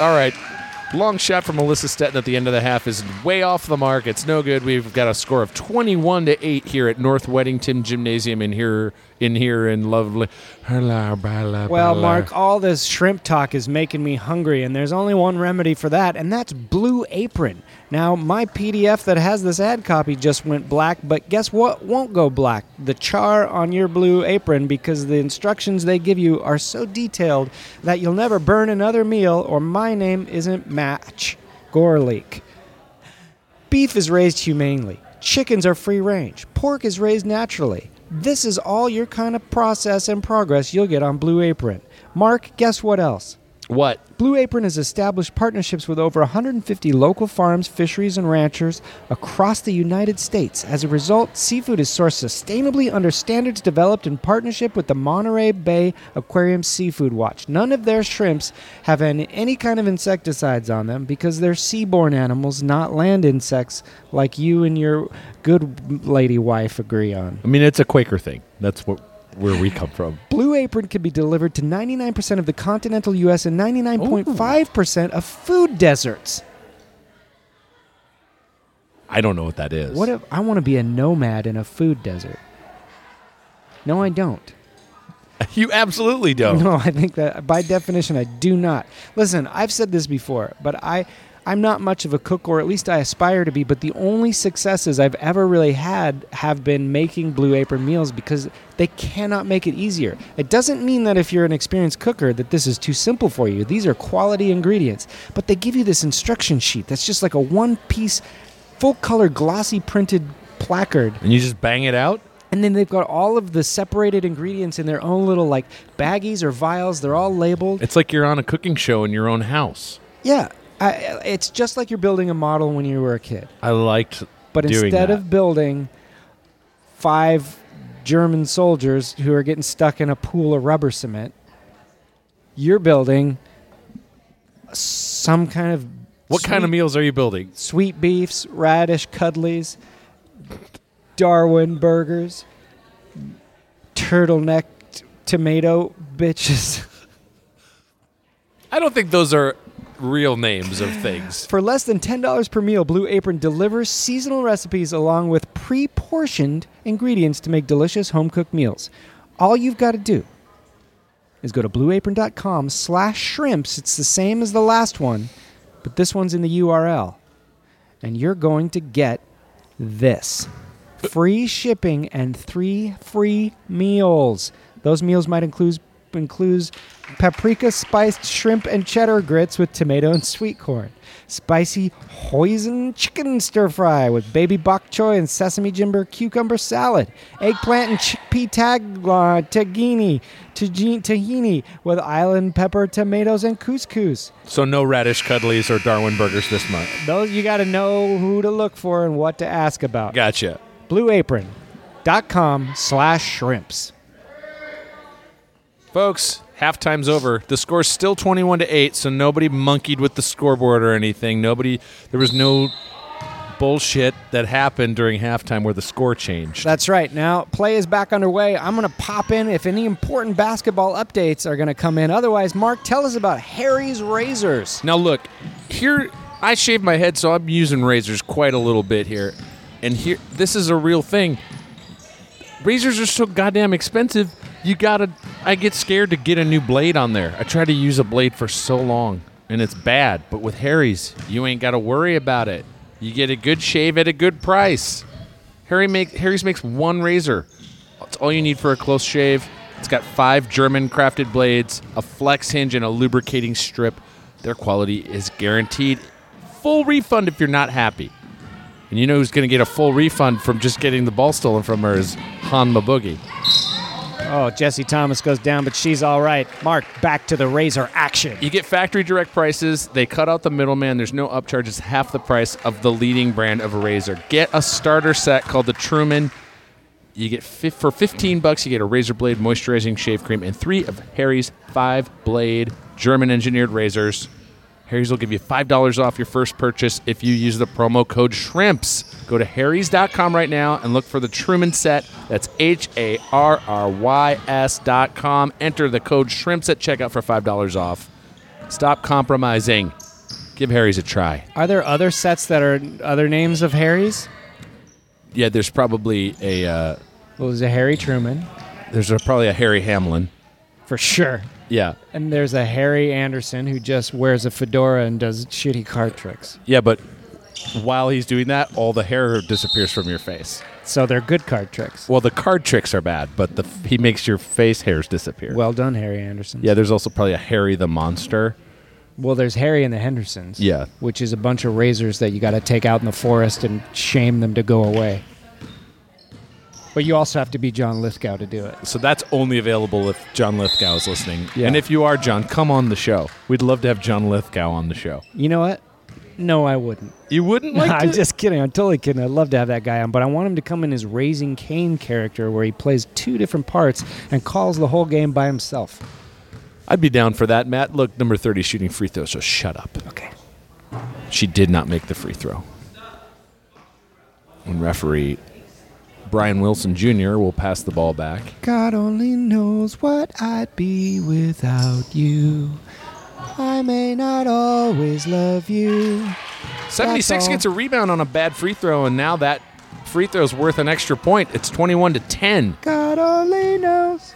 All right. Long shot from Melissa Stetton at the end of the half is way off the mark. It's no good. We've got a score of 21 to 8 here at North Weddington Gymnasium in here in here in lovely Well, Mark, all this shrimp talk is making me hungry, and there's only one remedy for that, and that's Blue Apron. Now, my PDF that has this ad copy just went black, but guess what won't go black? The char on your Blue Apron, because the instructions they give you are so detailed that you'll never burn another meal, or my name isn't Match Gorleek. Beef is raised humanely. Chickens are free range. Pork is raised naturally. This is all your kind of process and progress you'll get on Blue Apron. Mark, guess what else? What? Blue Apron has established partnerships with over 150 local farms, fisheries, and ranchers across the United States. As a result, seafood is sourced sustainably under standards developed in partnership with the Monterey Bay Aquarium Seafood Watch. None of their shrimps have an, any kind of insecticides on them because they're seaborne animals, not land insects like you and your good lady wife agree on. I mean, it's a Quaker thing. That's what where we come from. Blue Apron can be delivered to 99% of the continental U.S. and 99.5% of food deserts. I don't know what that is. What if I want to be a nomad in a food desert? No, I don't. [LAUGHS] you absolutely don't. [LAUGHS] No, I think that by definition I do not. Listen, I've said this before, but I I'm not much of a cook or at least I aspire to be, but the only successes I've ever really had have been making blue apron meals because they cannot make it easier. It doesn't mean that if you're an experienced cooker that this is too simple for you. These are quality ingredients, but they give you this instruction sheet that's just like a one-piece full color glossy printed placard And you just bang it out? and then they've got all of the separated ingredients in their own little like baggies or vials. They're all labeled. It's like you're on a cooking show in your own house. yeah, I, it's just like you're building a model when you were a kid. I liked But doing instead that. of building five German soldiers who are getting stuck in a pool of rubber cement, you're building some kind of What kind of sweet- meals are you building? sweet beefs, radish cuddlies, Darwin burgers, turtleneck t- tomato bitches. [LAUGHS] I don't think those are real names of things. For less than $10 per meal, Blue Apron delivers seasonal recipes along with pre portioned ingredients to make delicious home cooked meals. All you've got to do is go to blueapron.com slash shrimps. It's the same as the last one, but this one's in the URL. And you're going to get this free shipping and three free meals. Those meals might include includes paprika spiced shrimp and cheddar grits with tomato and sweet corn, spicy hoisin chicken stir fry with baby bok choy and sesame ginger cucumber salad, eggplant and chickpea tag uh, tahini, tahini, tahini with island pepper, tomatoes and couscous. So no radish cuddlies or Darwin burgers this month. Those you got to know who to look for and what to ask about Gotcha. blueapron.com slash shrimps. Folks, halftime's over. The score's still 21 to 8, so nobody monkeyed with the scoreboard or anything. Nobody there was no bullshit that happened during halftime where the score changed. That's right. Now, play is back underway. I'm going to pop in if any important basketball updates are going to come in. Otherwise, Mark, tell us about Harry's Razors. Now look, here I shave my head, so I'm using razors quite a little bit here. And here, this is a real thing. Razors are so goddamn expensive. You gotta. I get scared to get a new blade on there. I try to use a blade for so long, and it's bad. But with Harry's, you ain't gotta worry about it. You get a good shave at a good price. Harry make Harry's makes one razor. It's all you need for a close shave. It's got five German crafted blades, a flex hinge, and a lubricating strip. Their quality is guaranteed. Full refund if you're not happy. And you know who's going to get a full refund from just getting the ball stolen from her is Hanma Boogie. Oh, Jesse Thomas goes down, but she's all right. Mark, back to the Razor action. You get factory direct prices. They cut out the middleman. There's no upcharge. It's half the price of the leading brand of razor. Get a starter set called the Truman. You get fif- for 15 bucks. You get a razor blade, moisturizing shave cream, and three of Harry's five blade German engineered razors. Harry's will give you five dollars off your first purchase if you use the promo code Shrimps. Go to Harry's.com right now and look for the Truman set. That's H A R R Y S dot com. Enter the code Shrimps at checkout for five dollars off. Stop compromising. Give Harry's a try. Are there other sets that are other names of Harry's? Yeah, there's probably a uh, Well, there's a Harry Truman, there's a, probably a Harry Hamlin. for sure. Yeah, And there's a Harry Anderson who just wears a fedora and does shitty card tricks. yeah, but while he's doing that, all the hair disappears from your face. So they're good card tricks. Well, the card tricks are bad, but the he makes your face hairs disappear. Well done, Harry Anderson. Yeah, there's also probably a Harry the Monster. Well, there's Harry and the Hendersons. Yeah. Which is a bunch of razors that you got to take out in the forest and shame them to go away. But you also have to be John Lithgow to do it. So that's only available if John Lithgow is listening. Yeah. And if you are, John, come on the show. We'd love to have John Lithgow on the show. You know what? No, [LAUGHS] I wouldn't. You [LAUGHS] wouldn't like I'm to- just kidding. I'm totally kidding. I'd love to have that guy on, but I want him to come in his Raising Kane character where he plays two different parts and calls the whole game by himself. I'd be down for that, Matt. Look, number 30 is shooting free throws, so shut up. Okay. She did not make the free throw. And referee Brian Wilson Jr. will pass the ball back. God only knows what I'd be without you. I may not always love you. 76 all. gets a rebound on a bad free throw, and now that free throw's worth an extra point. It's 21 to 10. God only knows.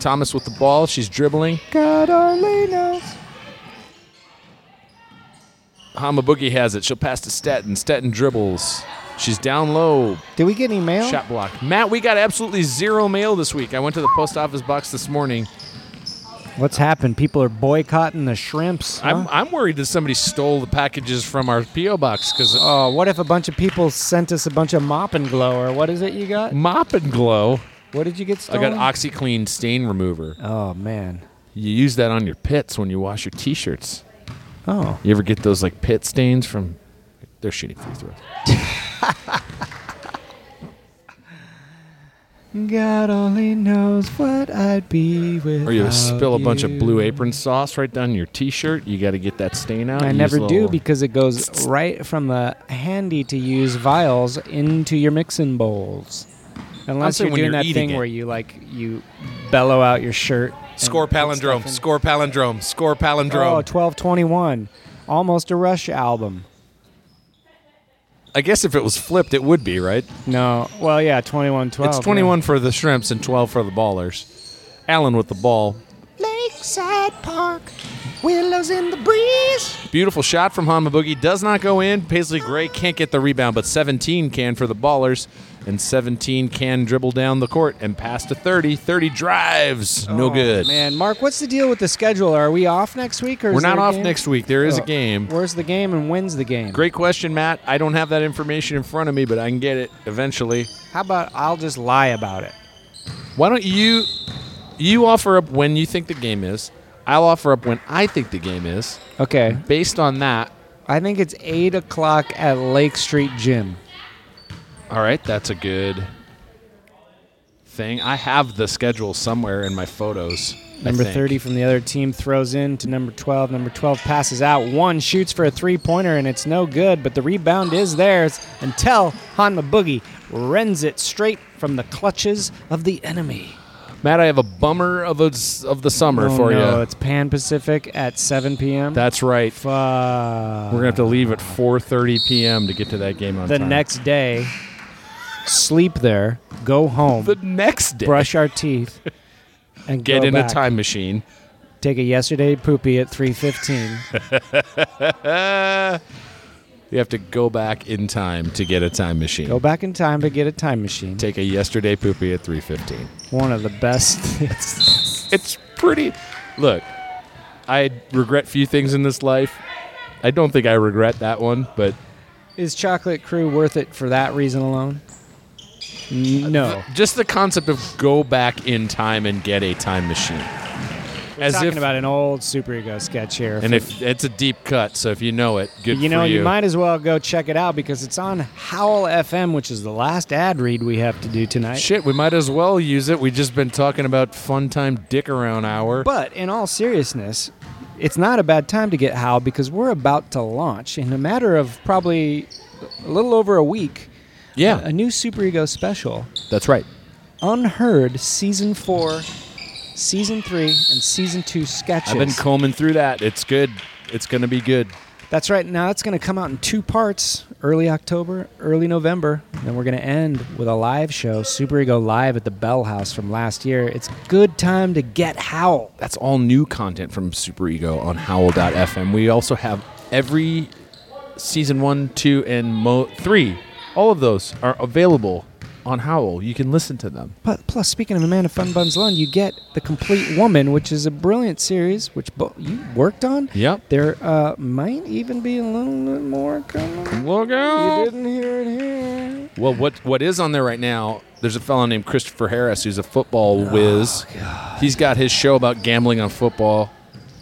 Thomas with the ball. She's dribbling. God only knows. Hama Boogie has it. She'll pass to Stetton. Stetton dribbles. She's down low. Did we get any mail? Shot block. Matt, we got absolutely zero mail this week. I went to the post office box this morning. What's happened? People are boycotting the shrimps. I'm, Huh? I'm worried that somebody stole the packages from our P.O. box because Oh, what if a bunch of people sent us a bunch of mop and glow or what is it you got? Mop and Glow. What did you get I stolen? got OxyClean stain remover. Oh man. You use that on your pits when you wash your T-shirts. Oh. You ever get those like pit stains from? They're shooting free throws. God only knows what I'd be without Or you spill a bunch you. of Blue Apron sauce right down your T-shirt. You got to get that stain out. I Use never do little- because it goes right from the handy to use vials into your mixing bowls. Unless saying you're when doing you're that eating thing it. where you like you bellow out your shirt. and Score put palindrome. stuff in. Score palindrome. Score palindrome. Oh, 1221. Almost a Rush album. I guess if it was flipped, it would be right. No. Well, yeah, 2112. it's twenty-one for the shrimps and twelve for the ballers. Allen with the ball. Lakeside Park, willows in the breeze. Beautiful shot from Hama Boogie. Does not go in. Paisley Gray can't get the rebound, but 17 can for the Ballers. And 17 can dribble down the court and pass to 30. 30 drives. no good. Oh, Man, Mark, what's the deal with the schedule? Are we off next week or We're is there not a off game? next week. There is a Oh, game. Where's the game and when's the game? Great question, Matt. I don't have that information in front of me, but I can get it eventually. How about I'll just lie about it? Why don't you you offer up when you think the game is? I'll offer up when I think the game is. Okay. Based on that, I think it's 8 o'clock at Lake Street Gym. All right, that's a good thing. I have the schedule somewhere in my photos. I Number think. 30 from the other team throws in to number 12. Number 12 passes out. One shoots for a three pointer, and it's no good, but the rebound is theirs until Hanma Boogie rends it straight from the clutches of the enemy. Matt, I have a bummer of a, of the summer oh, for no, you. it's Pan Pacific at 7 p.m. That's right. Fuck. We're gonna have to leave at 4:30 p.m. to get to that game on the time. next day, sleep there, go home, the next day. brush our teeth, [LAUGHS] and Get go in back. a time machine. Take a yesterday poopy at 3:15. You have to go back in time to get a time machine. go back in time to get a time machine. [LAUGHS] Take a yesterday poopy at 3:15. One of the best. It's pretty. Look, I regret few things in this life. I don't think I regret that one, but Is Chocolate Crew worth it for that reason alone? N- No. just the concept of go back in time and get a time machine. As talking if, about an old Super Ego sketch here. and if it's a deep cut, so if you know it, good you for know, you. you might as well go check it out because it's on Howl FM, which is the last ad read we have to do tonight. Shit, we might as well use it. We've just been talking about fun time dick around hour. But in all seriousness, it's not a bad time to get Howl because we're about to launch in a matter of probably a little over a week a yeah, new Super Ego special, that's right. Unheard Season 4, Season 3, and Season 2 sketches. I've been combing through that. It's good. It's gonna be good. That's right. Now it's going to come out in two parts early October, early November. And we're going to end with a live show, Super Ego Live at the Bell House from last year. It's good time to get howl. That's all new content from Super Ego on Howl.fm. We also have every season one, two, and mo- three. All of those are available on Howl. You can listen to them. But plus, speaking of Amanda Fun Buns Lund, you get The Complete Woman, which is a brilliant series, which bo- you worked on. Yep. There uh, might even be a little bit more coming. Look out! You didn't hear it here. Well, what what is on there right now? There's a fellow named Christopher Harris who's a football Oh, whiz. He's got his show about gambling on football,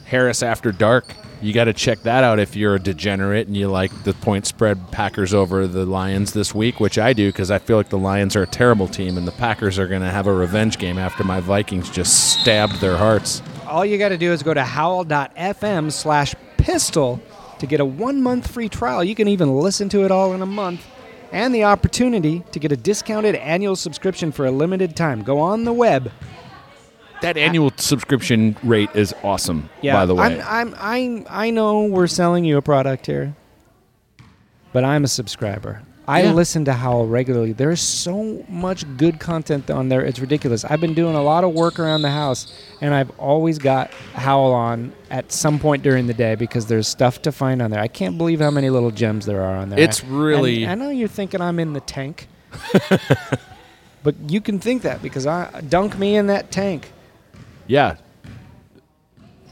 Harris After Dark. You got to check that out if you're a degenerate and you like the point spread Packers over the Lions this week, which I do because I feel like the Lions are a terrible team and the Packers are going to have a revenge game after my Vikings just stabbed their hearts. All you got to do is go to howl.fm slash pistol to get a one month free trial. You can even listen to it all in a month and the opportunity to get a discounted annual subscription for a limited time. Go on the web. That annual subscription rate is awesome, by the way. I'm, I'm, i I know we're selling you a product here, but I'm a subscriber. I Yeah. listen to Howl regularly. There's so much good content on there. It's ridiculous. I've been doing a lot of work around the house, and I've always got Howl on at some point during the day because there's stuff to find on there. I can't believe how many little gems there are on there. It's I- really- and I know you're thinking I'm in the [LAUGHS] tank, but you can think that because I dunk me in that tank. yeah.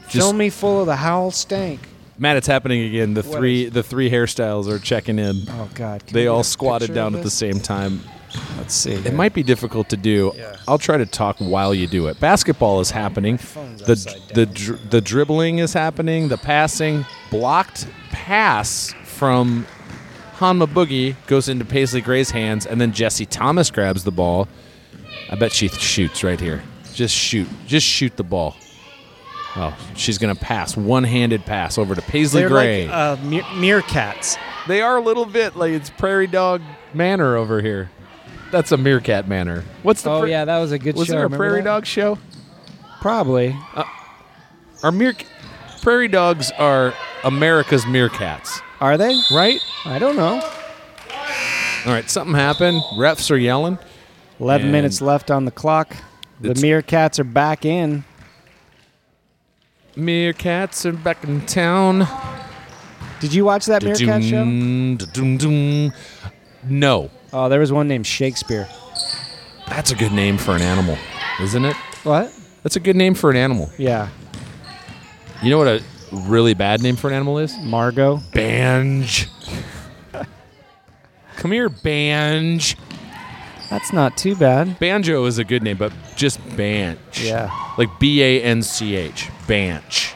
Fill me full of the Howl stank. Matt, it's happening again. The What three is- the three hairstyles are checking in. Oh God! can we they get all a squatted picture down of at the this? same time. Let's see. It might be difficult to do. I'll try to talk while you do it. Basketball is happening. phone's The upside the dr- the dribbling is happening. The passing blocked pass from Hanma Boogie goes into Paisley Gray's hands, and then Jesse Thomas grabs the ball. I bet she shoots right here. Just shoot. Just shoot the ball. Oh, she's gonna pass one-handed pass over to Paisley They're Gray. like uh, me- meerkats. They are a little bit like it's prairie dog manor over here. That's a meerkat manor. What's the? Oh pra- yeah, that was a good was show. there a Remember prairie that? dog show? Probably. Are meer prairie dogs are America's meerkats, Are they? right? I don't know. All right, something happened. Refs are yelling. Eleven And- minutes left on the clock. The It's- meerkats are back in. Meerkats are back in town. Did you watch that meerkat show? Da-doom, da-doom, doom. No, Oh, there was one named Shakespeare. that's a good name for an animal, isn't it? What? That's a good name for an animal. Yeah, You know what a really bad name for an animal is? Margot. Banj. Come here, Banj. That's not too bad. Banjo is a good name, but just Banch. Yeah. Like B A N C H. Banch.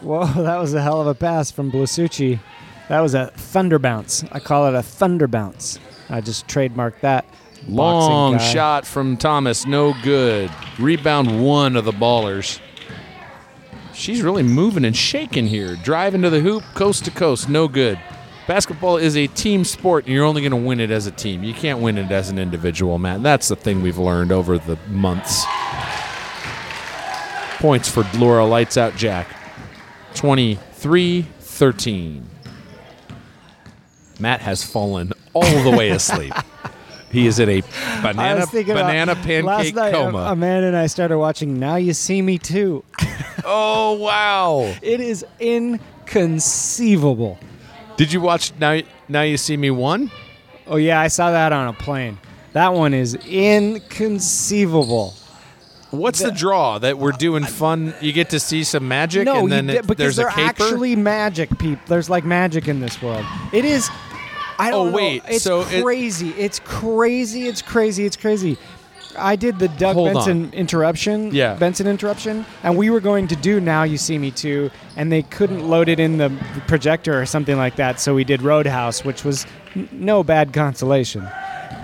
Whoa, [LAUGHS] that was a hell of a pass from Blasucci. That was a thunder bounce. I call it a thunder bounce. I just trademarked that. Boxing Long guy. shot from Thomas. No good. Rebound one of the ballers. She's really moving and shaking here. Drive into the hoop, coast to coast. No good. Basketball is a team sport, and you're only going to win it as a team. You can't win it as an individual, Matt. That's the thing we've learned over the months. Points for Laura Lights Out Jack 23 13. Matt has fallen all the [LAUGHS] way asleep. He is in a I banana, was thinking about- banana last pancake night, coma. A- Amanda and I started watching Now You See Me Too. oh, wow. It is inconceivable. Did you watch Now Now You See Me One? Oh yeah, I saw that on a plane. That one is inconceivable. What's the, draw that we're doing fun? You get to see some magic, no, and then you di- it- because there's they're a caper. actually magic people. There's like magic in this world. It is. I Oh, don't know. wait, It's so it- crazy. it's crazy. It's crazy. It's crazy. I did the Doug Hold Benson interruption. Yeah. Benson interruption, and we were going to do Now You See Me Too, and they couldn't load it in the projector or something like that. So we did Roadhouse, which was n- no bad consolation.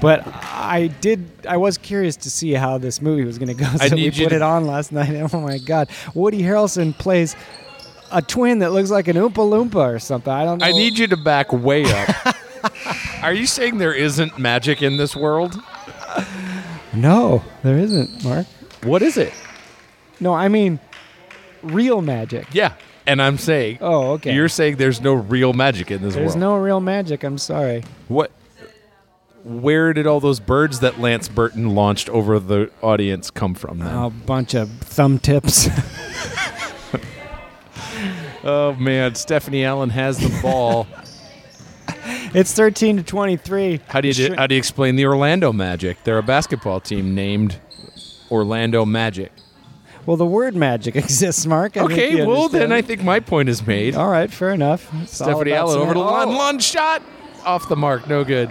But I did. I was curious to see how this movie was going to go. So I we need you put to- it on last night. [LAUGHS] and Oh my God! Woody Harrelson plays a twin that looks like an Oompa Loompa or something. I don't know. I need you to back way [LAUGHS] up. Are you saying there isn't magic in this world? No, there isn't, Mark. What is it? No, I mean real magic. Yeah, and I'm saying. Oh, okay. You're saying there's no real magic in this There's world. no real magic. I'm sorry. What? Where did all those birds that Lance Burton launched over the audience come from? Then? A bunch of thumb tips. [LAUGHS] Oh man, Stephanie Allen has the ball. it's 13 to 23. [LAUGHS] how do you do, how do you explain the Orlando Magic? They're a basketball team named Orlando Magic. Well, the word magic [LAUGHS] exists, Mark. I think Okay, you well understand. then I think my point is made. All right, fair enough. It's all Stephanie about Oh, Allen over sma- the line, Oh. lunge shot off the mark, no good.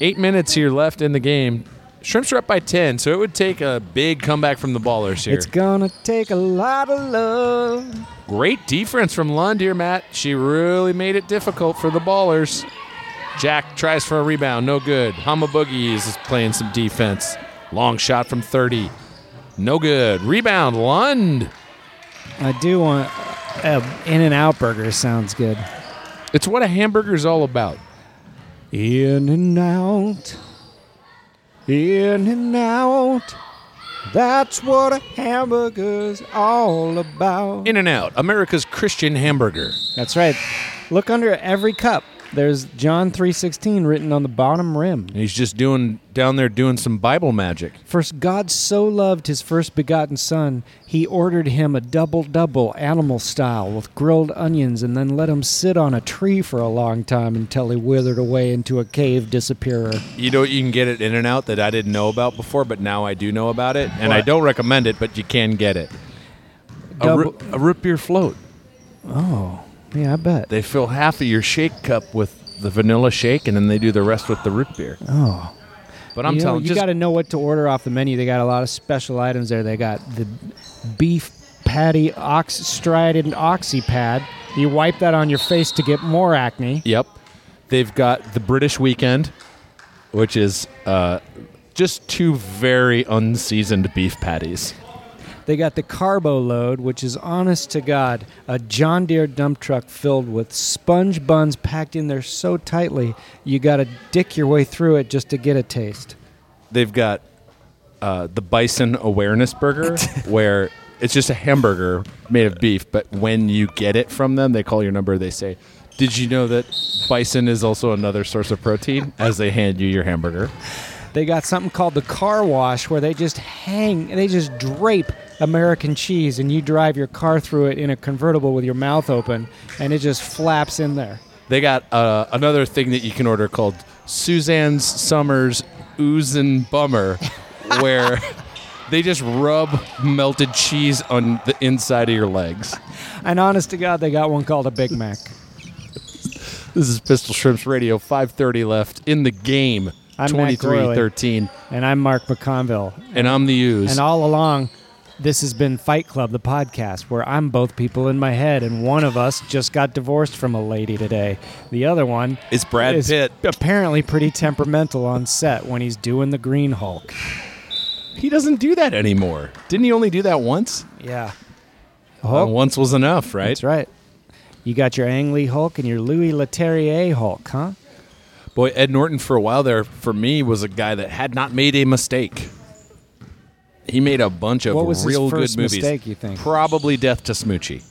Eight minutes here left in the game. Shrimps are up by 10, so it would take a big comeback from the ballers here. It's gonna take a lot of love. Great defense from Lund here, Matt. She really made it difficult for the ballers. Jack tries for a rebound. No good. Hama Boogie is playing some defense. Long shot from 30. No good. Rebound, Lund. I do want a In and Out burger. Sounds good. It's what a hamburger's all about. In and out. In and out. That's what a hamburger's all about. In and out. America's Christian hamburger. That's right. Look under every cup. There's John 3:16 written on the bottom rim. And he's just doing down there doing some Bible magic. First God so loved his first begotten son, he ordered him a double double animal style with grilled onions and then let him sit on a tree for a long time until he withered away into a cave disappearer. You know, you can get it in and out that I didn't know about before, but now I do know about it. And I don't recommend it, but you can get it. A, ru- a root beer float. Yeah, I bet. They fill half of your shake cup with the vanilla shake, and then they do the rest with the root beer. Oh. But I'm you know, telling you just got to know what to order off the menu. They got a lot of special items there. They got the beef patty ox strided oxy pad. You wipe that on your face to get more acne. Yep. They've got the British Weekend, which is uh, just two very unseasoned beef patties. They got the carbo load, which is honest to God, a John Deere dump truck filled with sponge buns packed in there so tightly you got to dick your way through it just to get a taste. They've got uh, the Bison [LAUGHS] Awareness Burger, where it's just a hamburger made of beef, but when you get it from them, they call your number, they say, did you know that bison is also another source of protein as they hand you your hamburger? They got something called the car wash where they just hang, they just drape American cheese and you drive your car through it in a convertible with your mouth open and it just flaps in there. They got uh, another thing that you can order called Suzanne's Summers Oozin' Bummer, [LAUGHS] where they just rub melted cheese on the inside of your legs. And honest to God, they got one called a Big Mac. This is Pistol Shrimps Radio, 5.30 left in the game, I'm Matt Groening. 23-13, And I'm Mark McConville. and I'm the ooze. And all along, this has been Fight Club, the podcast, where I'm both people in my head, and one of us just got divorced from a lady today. The other one It's Brad is Pitt. apparently pretty temperamental on set when he's doing the Green Hulk. He doesn't do that anymore. Didn't he only do that once? Yeah, Uh, once was enough, right? that's right. You got your Ang Lee Hulk and your Louis Leterrier Hulk, huh? Boy, Ed Norton for a while there, for me, was a guy that had not made a mistake. He made a bunch of What was his real first good movies. mistake, you think? Probably Death to Smoochie.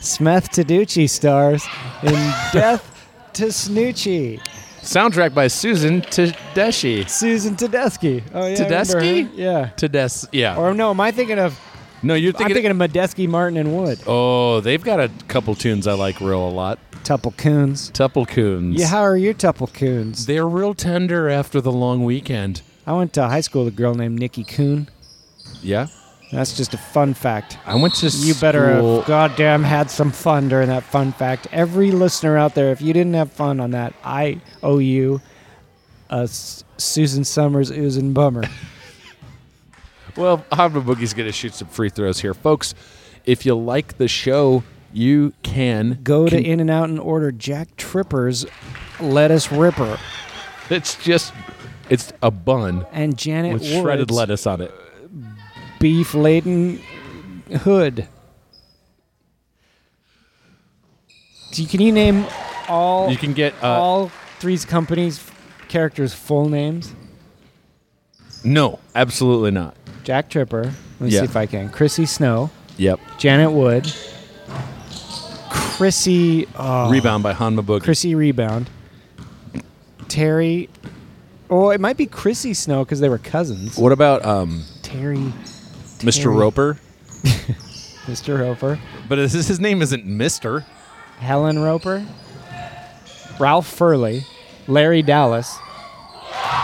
Smith Taducci stars in [LAUGHS] Death to Snoochie. Soundtrack by Susan Tedeschi. Susan Tedeschi. Oh yeah, I remember her. Tedeschi? Yeah. Tedes- yeah. Or no, am I thinking of? no, you're thinking. I'm thinking of Medeski, Martin, and Wood. oh, they've got a couple tunes I like real a lot. Tuple Coons. Tuple Coons. Yeah, how are your Tuple Coons? They're real tender after the long weekend. I went to high school with a girl named Nikki Coon. Yeah. That's just a fun fact. I went to You better school- have goddamn had some fun during that fun fact. Every listener out there, if you didn't have fun on that, I owe you a S- Susan Summers oozing bummer. Well, Hava Boogie's going to shoot some free throws here, folks. If you like the show, you can Go to con- In and Out and order Jack Tripper's lettuce ripper It's just, it's a bun and Janet with shredded Ward's lettuce on it. beef laden hood. Do you, can you name all You can get uh, all Three's Company's f- characters' full names? no, absolutely not. Jack Tripper. Let me Yeah. see if I can. Chrissy Snow, Yep. Janet Wood, Chrissy uh, Rebound by Hanma Boogie. Chrissy Rebound, Terry. Oh, it might be Chrissy Snow because they were cousins. what about um, Terry, Mr. Roper? Mr. Roper, But his, his name isn't Mister. Helen Roper, Ralph Furley, Larry Dallas.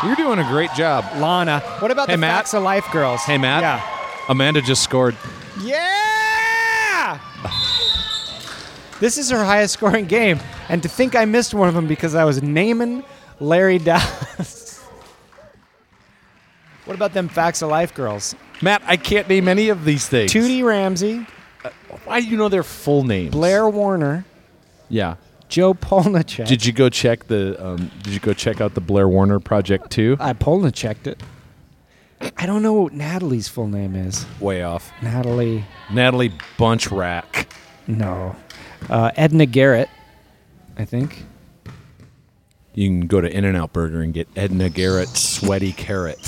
You're doing a great job. Lana. What about Hey, the Matt. Facts of Life girls? Hey, Matt. Yeah. Amanda just scored. Yeah! This is her highest scoring game. And to think I missed one of them because I was naming Larry Doss. [LAUGHS] what about them Facts of Life girls? Matt, I can't name any of these things. Tootie Ramsey, Why do you know their full names? Blair Warner, Yeah. Joe Polnicek. Did you go check the? Um, did you go check out the Blair Warner project too? I Polniceked it. I don't know what Natalie's full name is. Way off. Natalie, Natalie Bunchrack. no. Uh, Edna Garrett, I think. You can go to In and Out Burger and get Edna Garrett sweaty carrot.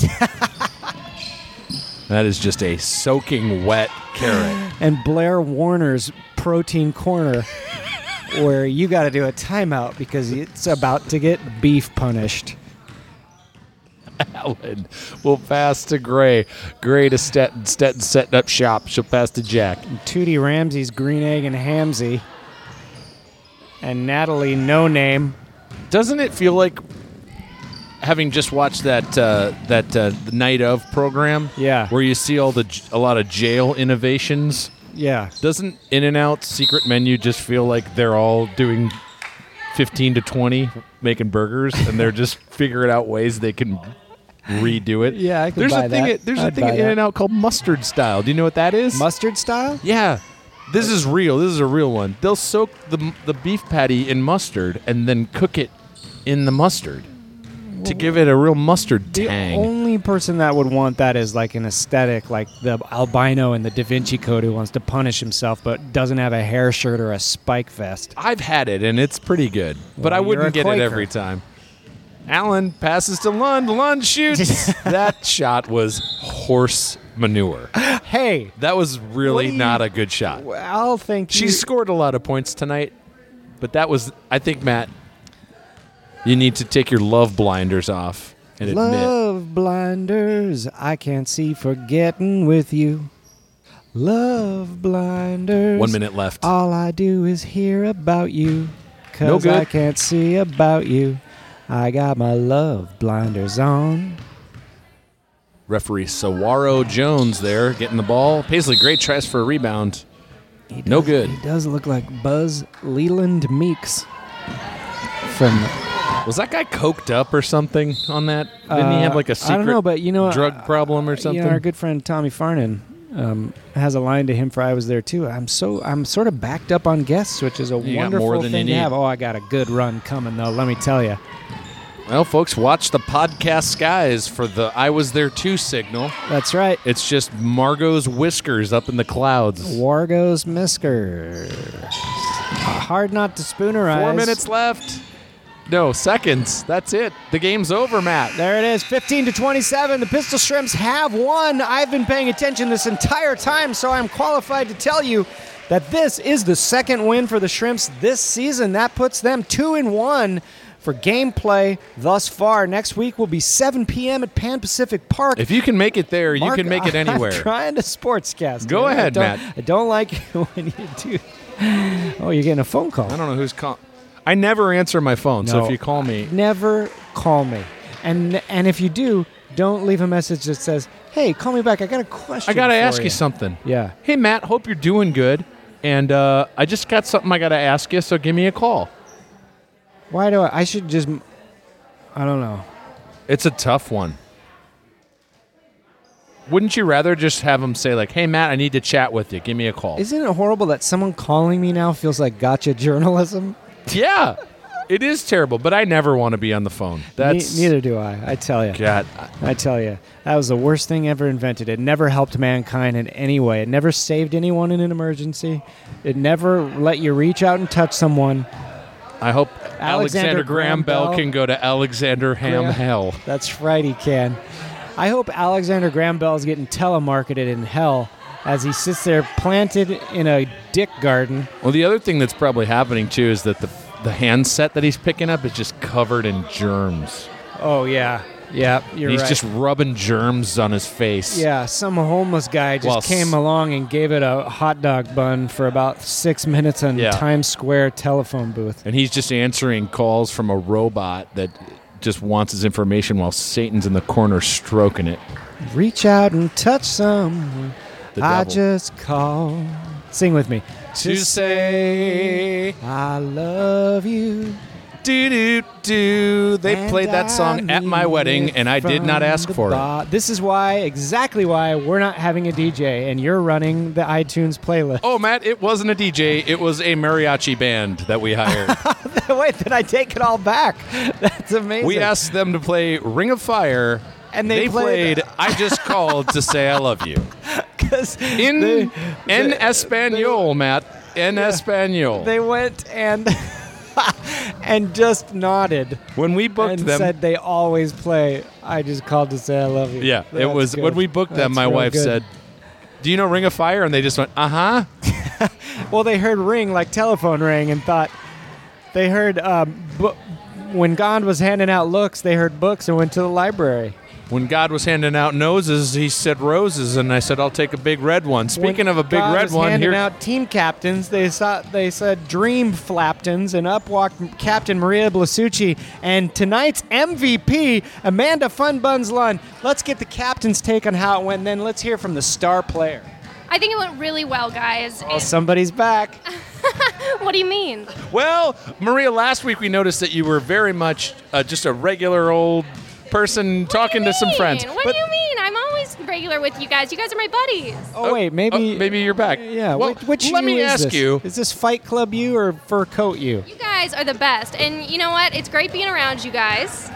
that is just a soaking wet carrot. and Blair Warner's Protein Corner, where you got to do a timeout because it's about to get beef punished. Allen will pass to Gray. Gray to Stetton. Stetton setting up shop. She'll pass to Jack. Tootie Ramsey's Green Egg and Hamsey, and Natalie No Name. Doesn't it feel like having just watched that uh, that uh, the night of program? Yeah. where you see all the j- a lot of jail innovations. Yeah, Doesn't In and Out secret menu just feel like they're all doing fifteen to twenty making burgers, and they're just [LAUGHS] figuring out ways they can redo it? Yeah, I could there's buy a thing. that. At, there's I'd a thing buy at that. In and Out called mustard style. Do you know what that is? mustard style. Yeah. This is real. This is a real one. They'll soak the the beef patty in mustard and then cook it in the mustard to give it a real mustard The tang. only person that would want that is like an aesthetic, like the albino in the Da Vinci Code who wants to punish himself but doesn't have a hair shirt or a spike vest. I've had it and it's pretty good, but Well, I you're a wouldn't get it Quaker. every time. Allen passes to Lund. [LAUGHS] Lund shoots. that shot was horse manure. Hey, That was What really do you- not a good shot. I'll think She you- scored a lot of points tonight, but that was I think Matt you need to take your love blinders off and admit Love blinders, I can't see forgetting with you. Love blinders. One minute left. All I do is hear about you. Cause No good. I can't see about you. I got my love blinders on. Referee Sawaro Jones there getting the ball. Paisley, great tries for a rebound. He No does- good. He does look like Buzz Leland Meeks from Was that guy coked up or something on that? Didn't he Uh, have like a I secret don't know, but you know, drug uh, problem or You something? know, our good friend Tommy Farnan um, has a line to him for "I was there too." I'm so I'm sort of backed up on guests, which is a You got wonderful more than you thing to need. have. Oh, I got a good run coming though. Let me tell you. well, folks, watch the podcast skies for the I was there too signal. That's right. It's just Margot's whiskers up in the clouds. Wargo's Misker. Hard not to spoonerize. Four minutes left. No, seconds. That's it. The game's over, Matt. There it is, 15 to 27. The Pistol Shrimps have won. I've been paying attention this entire time, so I'm qualified to tell you that this is the second win for the Shrimps this season. That puts them two and one for gameplay thus far. Next week will be 7 p.m. at Pan Pacific Park. If you can make it there, you Mark, can [LAUGHS] make it I'm anywhere. trying to sportscast. Go dude. I ahead, don't- Matt. I don't like [LAUGHS] it when you do. Oh, you're getting a phone call. I don't know who's calling. I never answer my phone, so No. if you call me, never call me. And and if you do, don't leave a message that says, "Hey, call me back. I got a question." I gotta for ask you ya." something. Yeah. Hey Matt, hope you're doing good. And uh, I just got something I gotta ask you, so give me a call. Why do I? I should just. I don't know. It's a tough one. Wouldn't you rather just have them say like, "Hey Matt, I need to chat with you. Give me a call." Isn't it horrible that someone calling me now feels like gotcha journalism? [LAUGHS] yeah, it is terrible, but I never want to be on the phone. Ne- That's neither do I. I tell you. God, I tell you, that was the worst thing ever invented. It never helped mankind in any way. It never saved anyone in an emergency. It never let you reach out and touch someone. I hope Alexander, Graham, Graham Bell, Bell. can go to Alexander Ham Graham- Hell. That's right, he can. I hope Alexander Graham Bell is getting telemarketed in hell as he sits there planted in a dick garden. Well, the other thing that's probably happening too is that the the handset that he's picking up is just covered in germs. Oh yeah, yeah, you're he's right. just rubbing germs on his face. yeah, some homeless guy just Well, s- came along and gave it a hot dog bun for about six minutes on Yeah. Times Square telephone booth. And he's just answering calls from a robot that just wants his information while Satan's in the corner stroking it. Reach out and touch someone. The I devil. just call. Sing with me. to say. I love you. Do do do. They And played that song I at my mean wedding, it and I did not from ask the for it. Uh, this is why, exactly why, we're not having a DJ and you're running the iTunes playlist. Oh, Matt, it wasn't a DJ. It was a mariachi band that we [LAUGHS] hired. Wait, then I take it all back. [LAUGHS] That's amazing. Oh. we asked them to play Ring of Fire, And they played- played I Just Called to Say I Love You. because In they, en Espanol, Matt. En Espanol. they went and [LAUGHS] and just nodded when we booked and them. said they always play. I just called to say I love you. yeah, it That's was good. when we booked them, That's my real wife good. said, Do you know Ring of Fire? And they just went, Uh huh. Well, they heard ring like telephone ring and thought they heard um, bu- when God was handing out looks. They heard books and went to the library. When God was handing out noses, he said roses, and I said, I'll take a big red one. Speaking When of a big God red was one, handing here. out team captains. They saw they said dream flaptons, and up walked Captain Maria Blasucci and tonight's MVP Amanda Funbuns Lund. Let's get the captain's take on how it went, and then let's hear from the star player. I think it went really well, guys. Oh, somebody's back. Oh. what do you mean? Well, Maria, last week we noticed that you were very much uh, just a regular old person talking to some friends. What But- do you mean? I'm always regular with you guys. You guys are my buddies. Oh wait, Oh, maybe maybe you're back. Yeah. Well, which, which let you me is ask this? you. Is this Fight Club you or fur coat you? You guys are the best. And you know what? It's great being around you guys.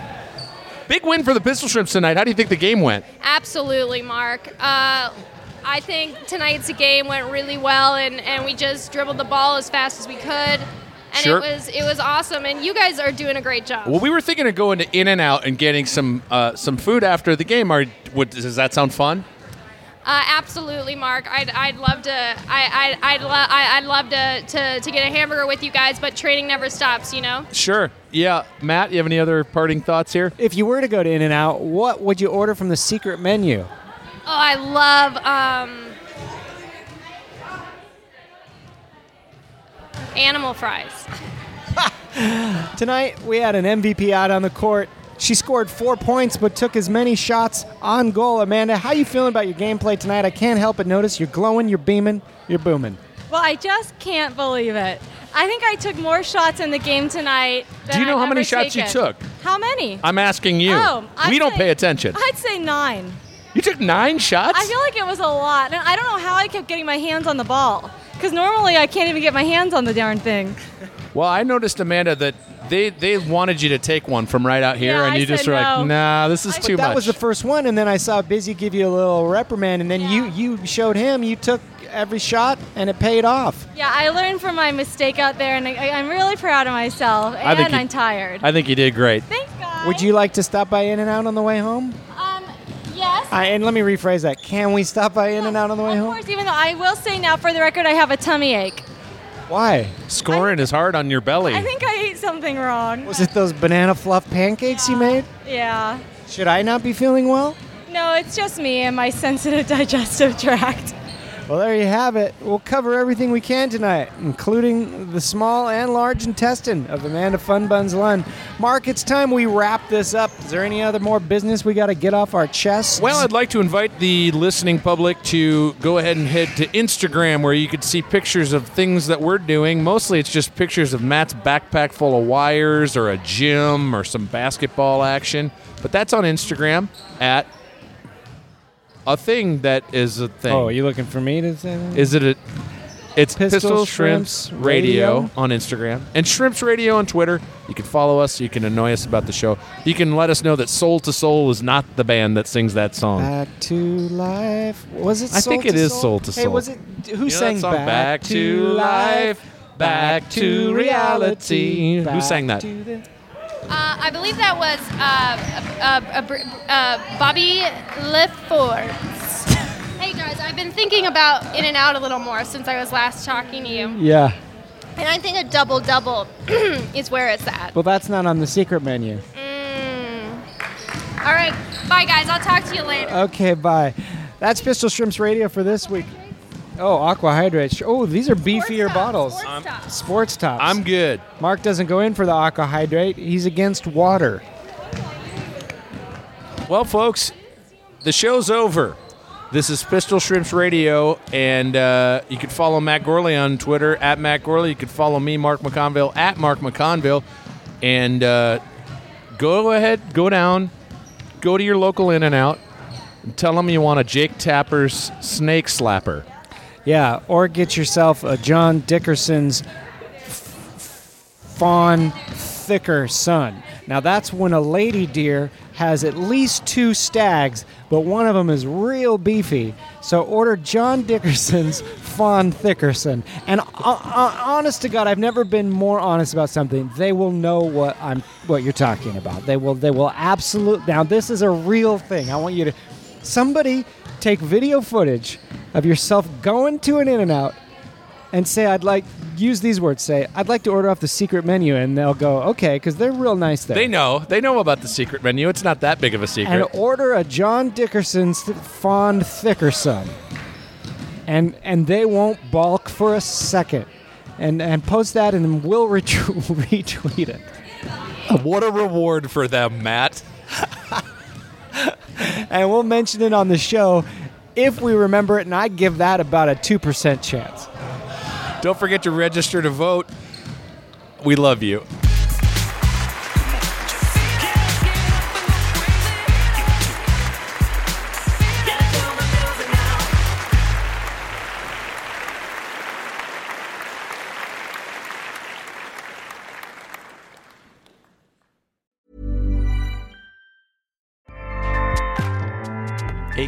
Big win for the Pistol Shrimps tonight. How do you think the game went? Absolutely, Mark. Uh, I think tonight's game went really well, and, and we just dribbled the ball as fast as we could. And Sure. it was it was awesome, and you guys are doing a great job. Well, we were thinking of going to In and Out and getting some uh, some food after the game. Are would, does that sound fun? Uh, absolutely, Mark. I'd, I'd love to. I, I, I'd, lo- I, I'd love to, to, to get a hamburger with you guys, but training never stops. You know. Sure. Yeah, Matt, you have any other parting thoughts here? If you were to go to In and Out, what would you order from the secret menu? Oh, I love. Um, animal fries. Tonight, we had an MVP out on the court. She scored four points but took as many shots on goal. Amanda, how you feeling about your gameplay tonight? I can't help but notice you're glowing, you're beaming, you're booming. Well, I just can't believe it. I think I took more shots in the game tonight. Than Do you know I've how many ever shots you taken. took? How many? I'm asking you. Oh, I'd we don't say- pay attention. I'd say nine. you took nine shots. I feel like it was a lot, and I don't know how I kept getting my hands on the ball because normally I can't even get my hands on the darn thing. Well, I noticed Amanda that they they wanted you to take one from right out here, Yeah, and I you just said were like, no. "Nah, this is I- too that much." was the first one, and then I saw Busy give you a little reprimand, and then you you showed him you took every shot, and it paid off. Yeah, I learned from my mistake out there, and I, I'm really proud of myself, I and think you- I'm tired. I think you did great. Thanks, guys. Would you like to stop by In and Out on the way home? Um, yes. I, and let me rephrase that. Can we stop by In and Out on the way of home? course, even though I will say now, for the record, I have a tummy ache. Why? Scoring is hard on your belly. I think I ate something wrong. Was it those banana fluff pancakes you made? Yeah. Should I not be feeling well? No, it's just me and my sensitive [LAUGHS] digestive tract. Well, there you have it. We'll cover everything we can tonight, including the small and large intestine of Amanda Funbuns Lund. Mark, it's time we wrap this up. Is there any other more business we got to get off our chests? well, I'd like to invite the listening public to go ahead and head to Instagram where you can see pictures of things that we're doing. Mostly it's just pictures of Matt's backpack full of wires or a gym or some basketball action. But that's on Instagram at a thing that is a thing. oh, you looking for me to say that? Is it a? It's Pistol, Pistol Shrimps, Shrimps Radio, Radio. on Instagram and Shrimps Radio on Twitter. You can follow us. You can annoy us about the show. You can let us know that Soul to Soul is not the band that sings that song. Back to life. Was it? I Soul think it to is soul? Soul to Hey, Soul. was it? Who You know that sang song, back, Back to Life, Back to Reality? Who sang that? to the- Uh, I believe that was uh, uh, uh, Br- uh, Bobby Leffords. hey guys, I've been thinking about In and Out a little more since I was last talking to you, Yeah. and I think a double double [CLEARS THROAT] is where it's at. Well, that's not on the secret menu. Mm. All right, bye guys. I'll talk to you later. Okay, bye. That's Pistol Shrimps Radio for this week. Oh, Aqua Hydrates. Oh, these are beefier tops, bottles. sports Um, tops. Sports tops. I'm good. Mark doesn't go in for the Aqua Hydrate. He's against water. Well, folks, the show's over. This is Pistol Shrimps Radio, and uh, you can follow Matt Gorley on Twitter at Matt Gorley. You can follow me, Mark McConville, at Mark McConville, and uh, go ahead, go down, go to your local In and Out, and tell them you want a Jake Tapper's Snake Slapper. Yeah, or get yourself a John Dickerson's fawn thicker son. Now that's when a lady deer has at least two stags, but one of them is real beefy. So order John Dickerson's [LAUGHS] fawn thickerson. And uh, uh, honest to God, I've never been more honest about something. They will know what I'm what you're talking about. They will they will absolute. Now this is a real thing. I want you to somebody take video footage of yourself going to an in and out and say I'd like use these words. Say I'd like to order off the secret menu, and they'll go okay because they're real nice there. They know. They know about the secret menu. It's not that big of a secret. and order a John Dickerson's th- fond thicker son, and and they won't balk for a second, and and post that, and then we'll [LAUGHS] ret- retweet it. what a reward for them, Matt. and we'll mention it on the show if we remember it. And I give that about a two percent chance. Don't forget to register to vote. We love you.